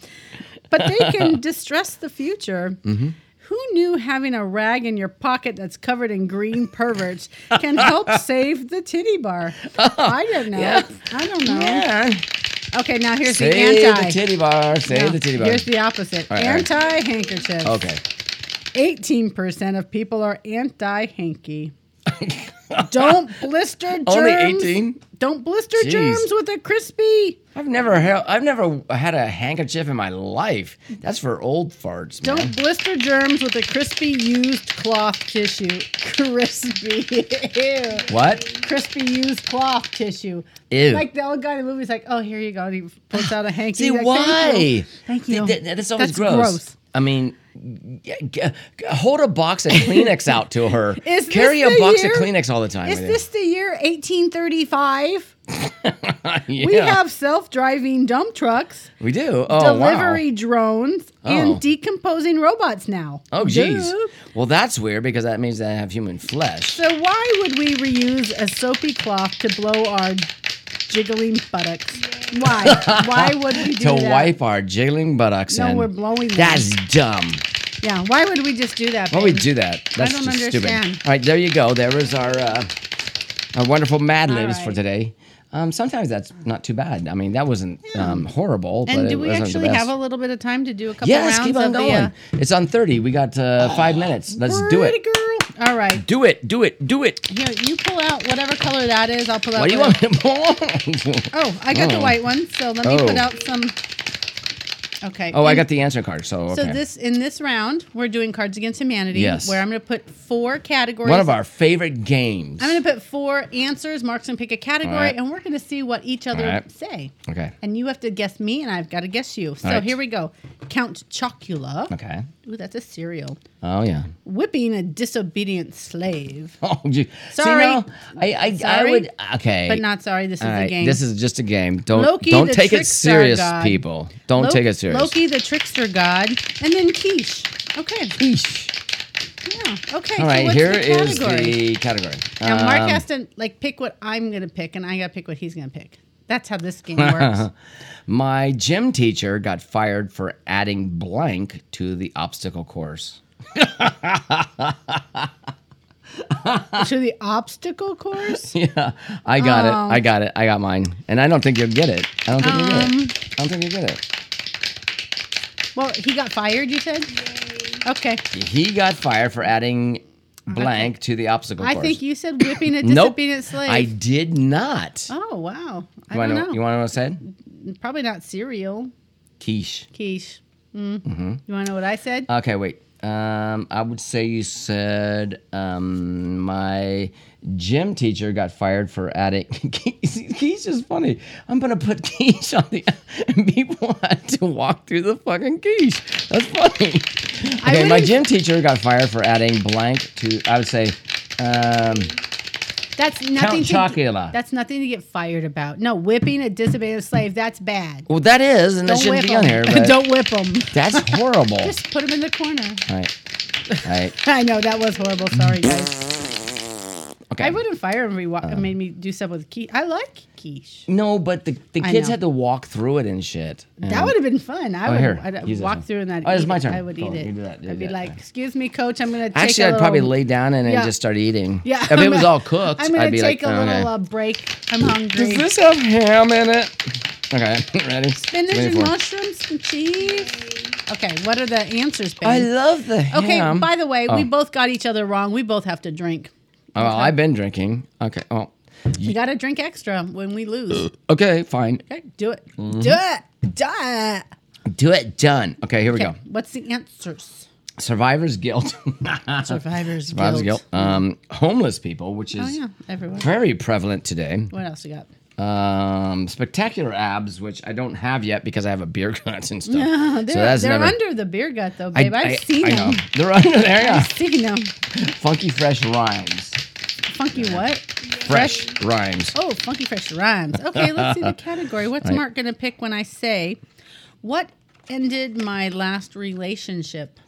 Speaker 3: but they can distress the future.
Speaker 2: Mm-hmm.
Speaker 3: Who knew having a rag in your pocket that's covered in green perverts can help save the titty bar? I don't know. I don't know.
Speaker 2: Oh, Yeah.
Speaker 3: Okay, now here's
Speaker 2: Save
Speaker 3: the anti.
Speaker 2: the titty bar. Save
Speaker 3: No,
Speaker 2: the titty bar.
Speaker 3: Here's the opposite.
Speaker 2: All right, all right.
Speaker 3: anti handkerchief.
Speaker 2: okay.
Speaker 3: 18% of people are anti hanky. Don't blister germs.
Speaker 2: Only 18?
Speaker 3: Don't blister
Speaker 2: Jeez.
Speaker 3: germs with a crispy.
Speaker 2: I've never held, I've never had a handkerchief in my life. That's for old farts, man.
Speaker 3: Don't blister germs with a crispy used cloth tissue. Crispy. Ew.
Speaker 2: What?
Speaker 3: Crispy used cloth tissue.
Speaker 2: Ew.
Speaker 3: Like the old guy in the movie's like, oh, here you go. And he puts out a hanky.
Speaker 2: See
Speaker 3: He's like,
Speaker 2: why?
Speaker 3: Thank you. Thank you.
Speaker 2: Th- th- that's always gross. I mean, g- g- g- hold a box of Kleenex out to her.
Speaker 3: Is this
Speaker 2: Carry
Speaker 3: the
Speaker 2: a box
Speaker 3: year-
Speaker 2: of Kleenex all the time.
Speaker 3: Is
Speaker 2: with
Speaker 3: this the year 1835?
Speaker 2: you.
Speaker 3: We
Speaker 2: Yeah,
Speaker 3: have self driving dump trucks,
Speaker 2: we do. Oh
Speaker 3: delivery
Speaker 2: wow.
Speaker 3: drones,
Speaker 2: Oh.
Speaker 3: and decomposing robots now.
Speaker 2: Oh jeez.
Speaker 3: Duh.
Speaker 2: Well, that's weird because that means they have human flesh.
Speaker 3: So why would we reuse a soapy cloth to blow our jiggling buttocks? Why? Why would we do
Speaker 2: To
Speaker 3: that?
Speaker 2: wipe our jiggling buttocks
Speaker 3: No,
Speaker 2: in.
Speaker 3: we're blowing them.
Speaker 2: That's dumb.
Speaker 3: Yeah. Why would we just do that?
Speaker 2: Why we
Speaker 3: babe?
Speaker 2: do that? That's
Speaker 3: don't
Speaker 2: just
Speaker 3: understand.
Speaker 2: stupid. All right, there you go. There is our uh, our wonderful Mad
Speaker 3: All
Speaker 2: Libs for
Speaker 3: right.
Speaker 2: today. Um, sometimes that's not too bad. I mean, that wasn't um, horrible. but
Speaker 3: And
Speaker 2: it
Speaker 3: do we
Speaker 2: wasn't the
Speaker 3: actually have
Speaker 2: best.
Speaker 3: a little bit of time to do a couple
Speaker 2: Yes,
Speaker 3: rounds
Speaker 2: keep on
Speaker 3: of
Speaker 2: going.
Speaker 3: the? Uh, Oh,
Speaker 2: it's on 30. We got uh, five minutes. Let's do
Speaker 3: pretty
Speaker 2: it.
Speaker 3: girl. All right.
Speaker 2: Do it. Do it. Do it.
Speaker 3: Here, you pull out whatever color that is. I'll pull out.
Speaker 2: What do you
Speaker 3: whatever-
Speaker 2: want me to pull?
Speaker 3: Oh, I got the
Speaker 2: Oh.
Speaker 3: white one. So let me
Speaker 2: Oh.
Speaker 3: put out some. Okay.
Speaker 2: Oh, I
Speaker 3: and-
Speaker 2: got the answer card. So, okay.
Speaker 3: So this in this round, we're doing Cards Against Humanity.
Speaker 2: Yes.
Speaker 3: Where I'm going to put four categories.
Speaker 2: One of our favorite games.
Speaker 3: I'm going to put four answers. Mark's going to pick a category,
Speaker 2: All right.
Speaker 3: and we're going to see what each other
Speaker 2: All right.
Speaker 3: say.
Speaker 2: okay.
Speaker 3: And you have to guess me, and I've got to guess you. So
Speaker 2: right.
Speaker 3: here we go. Count Chocula.
Speaker 2: Okay.
Speaker 3: Ooh, that's a cereal.
Speaker 2: Oh, yeah.
Speaker 3: Whipping a disobedient slave.
Speaker 2: Oh, gee.
Speaker 3: Sorry.
Speaker 2: See, no, I, I,
Speaker 3: Sorry,
Speaker 2: I would. Okay.
Speaker 3: But not sorry, this
Speaker 2: All
Speaker 3: is
Speaker 2: right,
Speaker 3: a game.
Speaker 2: This is just a game. Don't
Speaker 3: Loki,
Speaker 2: don't
Speaker 3: the
Speaker 2: take it
Speaker 3: trickster
Speaker 2: serious,
Speaker 3: god.
Speaker 2: people. Don't
Speaker 3: Lo-
Speaker 2: take it serious.
Speaker 3: Loki, the trickster god, and then Quiche. Okay.
Speaker 2: Eesh.
Speaker 3: Yeah. Okay.
Speaker 2: All right,
Speaker 3: so what's
Speaker 2: here
Speaker 3: the
Speaker 2: is
Speaker 3: category?
Speaker 2: the category.
Speaker 3: Now Mark
Speaker 2: Um,
Speaker 3: has to like pick what I'm gonna pick, and I gotta pick what he's gonna pick. That's how this game works.
Speaker 2: My gym teacher got fired for adding blank to the obstacle course.
Speaker 3: to the obstacle course.
Speaker 2: Yeah, I got
Speaker 3: Oh.
Speaker 2: it. I got it. I got mine. And I don't think you'll get it. I don't think you'll get
Speaker 3: Um.
Speaker 2: it. I don't think you'll get it.
Speaker 3: Well, he got fired. You said. Okay.
Speaker 2: He got fired for adding blank to the obstacle
Speaker 3: I
Speaker 2: course.
Speaker 3: think you said whipping a
Speaker 2: Nope.
Speaker 3: disobedient slave.
Speaker 2: I did not.
Speaker 3: oh wow. I
Speaker 2: you
Speaker 3: don't
Speaker 2: wanna,
Speaker 3: know.
Speaker 2: You want to know what I said?
Speaker 3: Probably not cereal
Speaker 2: Quiche.
Speaker 3: quiche.
Speaker 2: Mm-hmm.
Speaker 3: Mm. You want to know what I said?
Speaker 2: Okay, wait. Um, I would say you said um, my gym teacher got fired for adding. Keys Keys is funny. I'm gonna put keys on the and people had to walk through the fucking keys. That's funny.
Speaker 3: I
Speaker 2: Okay, my
Speaker 3: wouldn't-
Speaker 2: gym teacher got fired for adding blank to. I would say. Um,
Speaker 3: that's nothing. to, get-
Speaker 2: Chocula.
Speaker 3: That's nothing to get fired about. No, whipping a disobedient slave. That's bad.
Speaker 2: well, that is, and that
Speaker 3: Don't whip
Speaker 2: shouldn't be on here.
Speaker 3: them.
Speaker 2: But
Speaker 3: Don't whip them.
Speaker 2: That's horrible.
Speaker 3: Just put them in the corner.
Speaker 2: All right. All right.
Speaker 3: I know that was horrible. Sorry, guys.
Speaker 2: Okay.
Speaker 3: I wouldn't fire him. if he wa-
Speaker 2: Uh.
Speaker 3: made me do stuff with quiche. I like quiche.
Speaker 2: No, but the, the
Speaker 3: I
Speaker 2: kids
Speaker 3: know.
Speaker 2: had to walk through it and shit.
Speaker 3: That
Speaker 2: And-
Speaker 3: would have been fun. I
Speaker 2: Oh,
Speaker 3: would
Speaker 2: here.
Speaker 3: I'd
Speaker 2: Use this
Speaker 3: walk
Speaker 2: one.
Speaker 3: through and I'd
Speaker 2: Oh, it's
Speaker 3: eat
Speaker 2: my
Speaker 3: it.
Speaker 2: turn.
Speaker 3: I would
Speaker 2: Cool,
Speaker 3: eat it.
Speaker 2: you do that, you
Speaker 3: I'd
Speaker 2: do
Speaker 3: be
Speaker 2: that,
Speaker 3: like,
Speaker 2: yeah.
Speaker 3: "Excuse me, coach. I'm gonna take
Speaker 2: Actually,
Speaker 3: a
Speaker 2: I'd
Speaker 3: little,
Speaker 2: probably lay down and then
Speaker 3: Yeah.
Speaker 2: just start eating.
Speaker 3: Yeah,
Speaker 2: If it was all cooked,
Speaker 3: I'm gonna
Speaker 2: I'd be
Speaker 3: take
Speaker 2: like,
Speaker 3: a
Speaker 2: okay.
Speaker 3: little uh, break. I'm hungry.
Speaker 2: Does this have ham in it? Okay, ready?
Speaker 3: Spinach
Speaker 2: Ready
Speaker 3: and
Speaker 2: for it.
Speaker 3: mushrooms and cheese. Okay, what are the answers, babe?
Speaker 2: I love the ham.
Speaker 3: okay, by the way, we
Speaker 2: Oh.
Speaker 3: both got each other wrong. We both have to drink.
Speaker 2: Oh, well, I've been drinking. Okay. Oh.
Speaker 3: You gotta drink extra when we lose.
Speaker 2: Okay, fine.
Speaker 3: Okay, do it.
Speaker 2: Mm-hmm.
Speaker 3: Do it. Do it.
Speaker 2: Do it. Done. Okay, here we
Speaker 3: Okay,
Speaker 2: go.
Speaker 3: what's the answers?
Speaker 2: Survivor's guilt.
Speaker 3: Survivor's,
Speaker 2: Survivor's guilt. Um, homeless people, which is
Speaker 3: Oh yeah, everywhere.
Speaker 2: very prevalent today.
Speaker 3: What else you got?
Speaker 2: Um, spectacular abs, which I don't have yet because I have a beer gut and stuff.
Speaker 3: Oh, they're
Speaker 2: so that's
Speaker 3: they're
Speaker 2: never.
Speaker 3: under the beer gut though,
Speaker 2: I-
Speaker 3: babe. I, have
Speaker 2: I-
Speaker 3: seen
Speaker 2: I know.
Speaker 3: them.
Speaker 2: They're under there. Yeah.
Speaker 3: I've seen them.
Speaker 2: Funky fresh rhymes.
Speaker 3: Funky what?
Speaker 2: Fresh rhymes.
Speaker 3: Oh, funky fresh rhymes. Okay, let's see the category. What's
Speaker 2: Right.
Speaker 3: Mark gonna pick when I say, "What ended my last relationship"?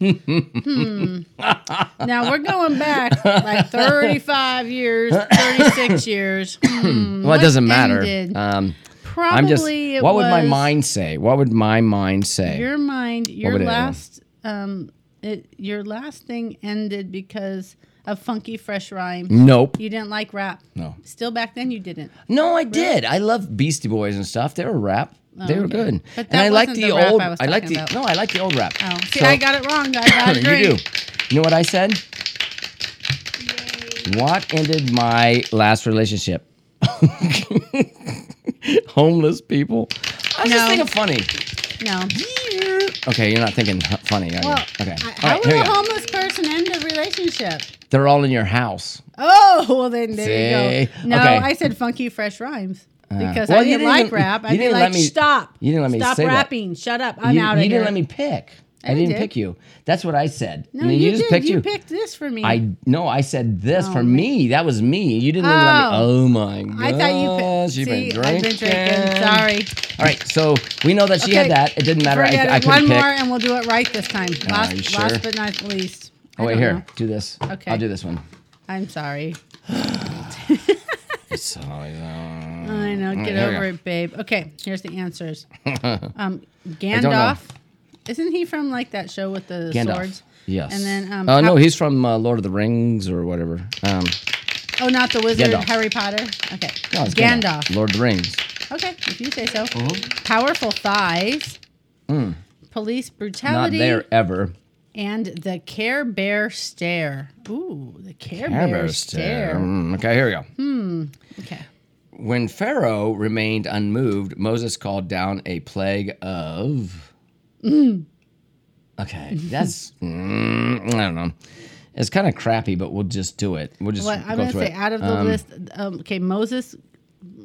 Speaker 3: hmm. Now we're going back like 35 years, 36 years. Hmm,
Speaker 2: well, it
Speaker 3: what
Speaker 2: doesn't matter.
Speaker 3: ended?
Speaker 2: Um,
Speaker 3: Probably
Speaker 2: I'm just.
Speaker 3: it
Speaker 2: What would my
Speaker 3: was-
Speaker 2: mind say? What would my mind say?
Speaker 3: your mind your
Speaker 2: would it-
Speaker 3: last um it, your last thing ended because of funky fresh rhyme
Speaker 2: nope.
Speaker 3: you didn't like rap
Speaker 2: Mm. No.
Speaker 3: still back then you didn't
Speaker 2: No, I did. I love Beastie Boys and stuff. They were rap. they were
Speaker 3: Oh, okay.
Speaker 2: good.
Speaker 3: But
Speaker 2: and
Speaker 3: that
Speaker 2: I like
Speaker 3: wasn't
Speaker 2: the
Speaker 3: the rap
Speaker 2: old.
Speaker 3: I was
Speaker 2: like
Speaker 3: talking
Speaker 2: the
Speaker 3: about.
Speaker 2: no. I like the old rap.
Speaker 3: oh see
Speaker 2: So-
Speaker 3: i got it wrong i got it
Speaker 2: you do.
Speaker 3: drink.
Speaker 2: You know what I said? What ended my last relationship? Homeless people. I was
Speaker 3: No.
Speaker 2: just thinking funny.
Speaker 3: No.
Speaker 2: Okay, you're not thinking hu- funny, are you?
Speaker 3: Well,
Speaker 2: okay.
Speaker 3: I-
Speaker 2: All
Speaker 3: how
Speaker 2: right,
Speaker 3: would
Speaker 2: here we
Speaker 3: a
Speaker 2: go.
Speaker 3: homeless person end a relationship?
Speaker 2: They're all in your house.
Speaker 3: Oh, well then there
Speaker 2: See?
Speaker 3: you go. No,
Speaker 2: Okay. Uh,
Speaker 3: I said funky fresh rhymes because
Speaker 2: well,
Speaker 3: I
Speaker 2: you
Speaker 3: didn't,
Speaker 2: didn't
Speaker 3: like
Speaker 2: even-
Speaker 3: rap. I
Speaker 2: you
Speaker 3: didn't
Speaker 2: didn't
Speaker 3: like
Speaker 2: let me-
Speaker 3: stop.
Speaker 2: you didn't let me
Speaker 3: stop
Speaker 2: say that.
Speaker 3: rapping. Shut up. I'm
Speaker 2: you
Speaker 3: out of
Speaker 2: you
Speaker 3: here.
Speaker 2: didn't let me pick. I,
Speaker 3: I
Speaker 2: didn't
Speaker 3: did.
Speaker 2: pick you. That's what I said.
Speaker 3: No,
Speaker 2: I mean,
Speaker 3: you,
Speaker 2: just
Speaker 3: did.
Speaker 2: picked
Speaker 3: you.
Speaker 2: you.
Speaker 3: picked this for me.
Speaker 2: I no, I said this for me. That was me. You didn't even let me.
Speaker 3: Oh.
Speaker 2: Oh my god!
Speaker 3: I thought you. picked.
Speaker 2: She's
Speaker 3: see,
Speaker 2: been drinking.
Speaker 3: I've been drinking. Sorry.
Speaker 2: All right, so we know that she
Speaker 3: Okay.
Speaker 2: had that. It didn't matter. I,
Speaker 3: Forget
Speaker 2: I
Speaker 3: it.
Speaker 2: couldn't
Speaker 3: One
Speaker 2: pick. Oh,
Speaker 3: more, and we'll do it right this time. Last,
Speaker 2: are you sure?
Speaker 3: last but not least. I
Speaker 2: oh wait,
Speaker 3: don't
Speaker 2: here,
Speaker 3: know.
Speaker 2: do this.
Speaker 3: Okay.
Speaker 2: I'll do this one.
Speaker 3: I'm sorry.
Speaker 2: So, uh,
Speaker 3: I know. Get
Speaker 2: here we
Speaker 3: over
Speaker 2: go.
Speaker 3: it, babe. Okay, here's the answers. um,
Speaker 2: know.
Speaker 3: Gandalf. Isn't he from like that show with the
Speaker 2: Gandalf.
Speaker 3: swords?
Speaker 2: Yes.
Speaker 3: And then um,
Speaker 2: uh, no,
Speaker 3: Hap-
Speaker 2: he's from uh, Lord of the Rings or whatever. Um,
Speaker 3: oh, not the wizard,
Speaker 2: Gandalf.
Speaker 3: Harry Potter. Okay,
Speaker 2: no, it's
Speaker 3: Gandalf.
Speaker 2: Lord of the Rings.
Speaker 3: Okay, if you say so.
Speaker 2: Mm-hmm.
Speaker 3: Powerful thighs. Police brutality.
Speaker 2: Mm. Not there ever.
Speaker 3: And the Care Bear stare. Ooh, the Care,
Speaker 2: Care
Speaker 3: Bear,
Speaker 2: Bear
Speaker 3: stare. Hmm.
Speaker 2: stare. Mm, okay, here we go.
Speaker 3: Okay.
Speaker 2: When Pharaoh remained unmoved, Moses called down a plague of.
Speaker 3: Mm.
Speaker 2: Okay, that's mm, I don't know. It's kind of crappy, but we'll just do it. We'll just
Speaker 3: What I'm
Speaker 2: go
Speaker 3: gonna
Speaker 2: through
Speaker 3: say
Speaker 2: it.
Speaker 3: out of the list. Um, okay, Moses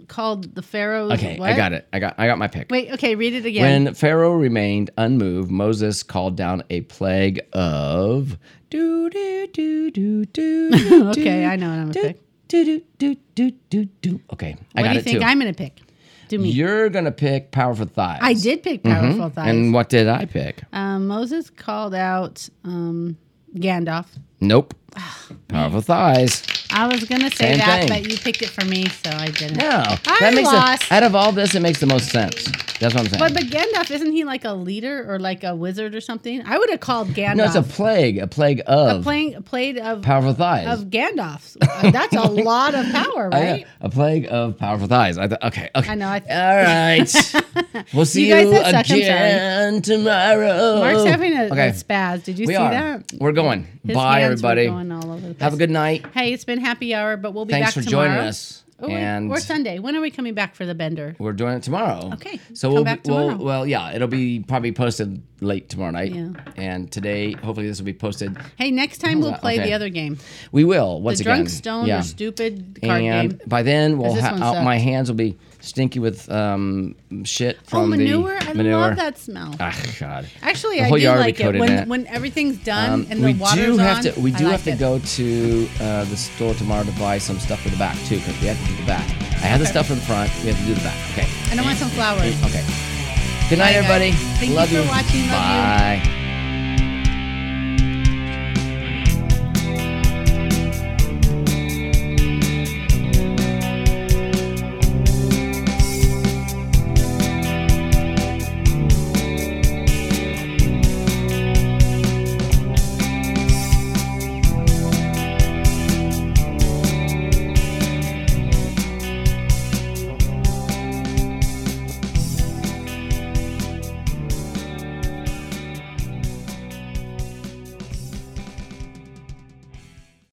Speaker 3: called the Pharaoh.
Speaker 2: Okay, I got it. I got I got my pick.
Speaker 3: Wait. Okay, read it again.
Speaker 2: When Pharaoh remained unmoved, Moses called down a plague of. Do, do, do, do, do,
Speaker 3: Okay,
Speaker 2: do,
Speaker 3: I know what I'm gonna
Speaker 2: do,
Speaker 3: pick.
Speaker 2: Do, do, do, do, do, do. Okay, I got
Speaker 3: what do you
Speaker 2: it
Speaker 3: think
Speaker 2: too.
Speaker 3: I'm gonna pick? Do me.
Speaker 2: You're gonna pick powerful thighs.
Speaker 3: I did pick powerful thighs.
Speaker 2: Mm-hmm. And what did I pick?
Speaker 3: um, Moses called out um, Gandalf.
Speaker 2: Nope. Powerful thighs.
Speaker 3: I was gonna say
Speaker 2: Same
Speaker 3: that,
Speaker 2: thing.
Speaker 3: but you picked it for me, so I didn't.
Speaker 2: No,
Speaker 3: I
Speaker 2: that makes
Speaker 3: lost.
Speaker 2: it, out of all this, it makes the most sense. That's what I'm saying.
Speaker 3: But but Gandalf isn't he like a leader or like a wizard or something? I would have called Gandalf.
Speaker 2: no, it's a plague, a plague of
Speaker 3: playing played of
Speaker 2: powerful thighs.
Speaker 3: of Gandalfs. Uh, That's a lot of power,
Speaker 2: Oh, yeah,
Speaker 3: right?
Speaker 2: a plague of powerful thighs. I th- okay, okay.
Speaker 3: I know, I
Speaker 2: all right. we'll see you,
Speaker 3: guys, that sucks, I'm sorry.
Speaker 2: again tomorrow.
Speaker 3: Mark's having a, a
Speaker 2: okay.
Speaker 3: spaz. Did you
Speaker 2: We
Speaker 3: see
Speaker 2: are.
Speaker 3: that?
Speaker 2: We're going.
Speaker 3: His
Speaker 2: Bye,
Speaker 3: hands were
Speaker 2: everybody.
Speaker 3: going all over the
Speaker 2: Have a
Speaker 3: place.
Speaker 2: good night.
Speaker 3: Hey, it's been happy hour, but we'll be
Speaker 2: Thanks
Speaker 3: back
Speaker 2: for
Speaker 3: tomorrow.
Speaker 2: joining us.
Speaker 3: Oh, wait,
Speaker 2: and
Speaker 3: or Sunday. When are we coming back for the bender?
Speaker 2: We're doing it tomorrow.
Speaker 3: Okay,
Speaker 2: So
Speaker 3: come
Speaker 2: we'll,
Speaker 3: back
Speaker 2: we'll
Speaker 3: tomorrow.
Speaker 2: well yeah, it'll be probably posted late tomorrow night.
Speaker 3: Yeah.
Speaker 2: And today, hopefully, this will be posted.
Speaker 3: Hey, next time we'll play
Speaker 2: Oh, Okay.
Speaker 3: the other game.
Speaker 2: We will
Speaker 3: The
Speaker 2: once again.
Speaker 3: drunk, stoned,
Speaker 2: yeah.
Speaker 3: or stupid card
Speaker 2: and
Speaker 3: game. Oh,
Speaker 2: by then, we'll
Speaker 3: this
Speaker 2: ha-
Speaker 3: one
Speaker 2: I'll- my
Speaker 3: sucked.
Speaker 2: hands will be stinky with um, shit from
Speaker 3: oh, manure!
Speaker 2: the
Speaker 3: I
Speaker 2: manure.
Speaker 3: love that smell.
Speaker 2: Ah, God.
Speaker 3: Actually,
Speaker 2: the
Speaker 3: I
Speaker 2: whole
Speaker 3: do
Speaker 2: yard will be
Speaker 3: like it
Speaker 2: coated in
Speaker 3: when,
Speaker 2: that.
Speaker 3: when everything's done
Speaker 2: Um,
Speaker 3: and
Speaker 2: we
Speaker 3: the water's
Speaker 2: do have
Speaker 3: on.
Speaker 2: to we
Speaker 3: I
Speaker 2: do
Speaker 3: like
Speaker 2: have to
Speaker 3: it.
Speaker 2: go to uh, the store tomorrow to buy some stuff for the back too because we have to do the back. I had the stuff in front. We have to do the back. Okay.
Speaker 3: And I want some flowers.
Speaker 2: Okay. Good night,
Speaker 3: Bye, guys.
Speaker 2: everybody.
Speaker 3: Thank you
Speaker 2: Love
Speaker 3: for watching. Love you.
Speaker 2: Bye.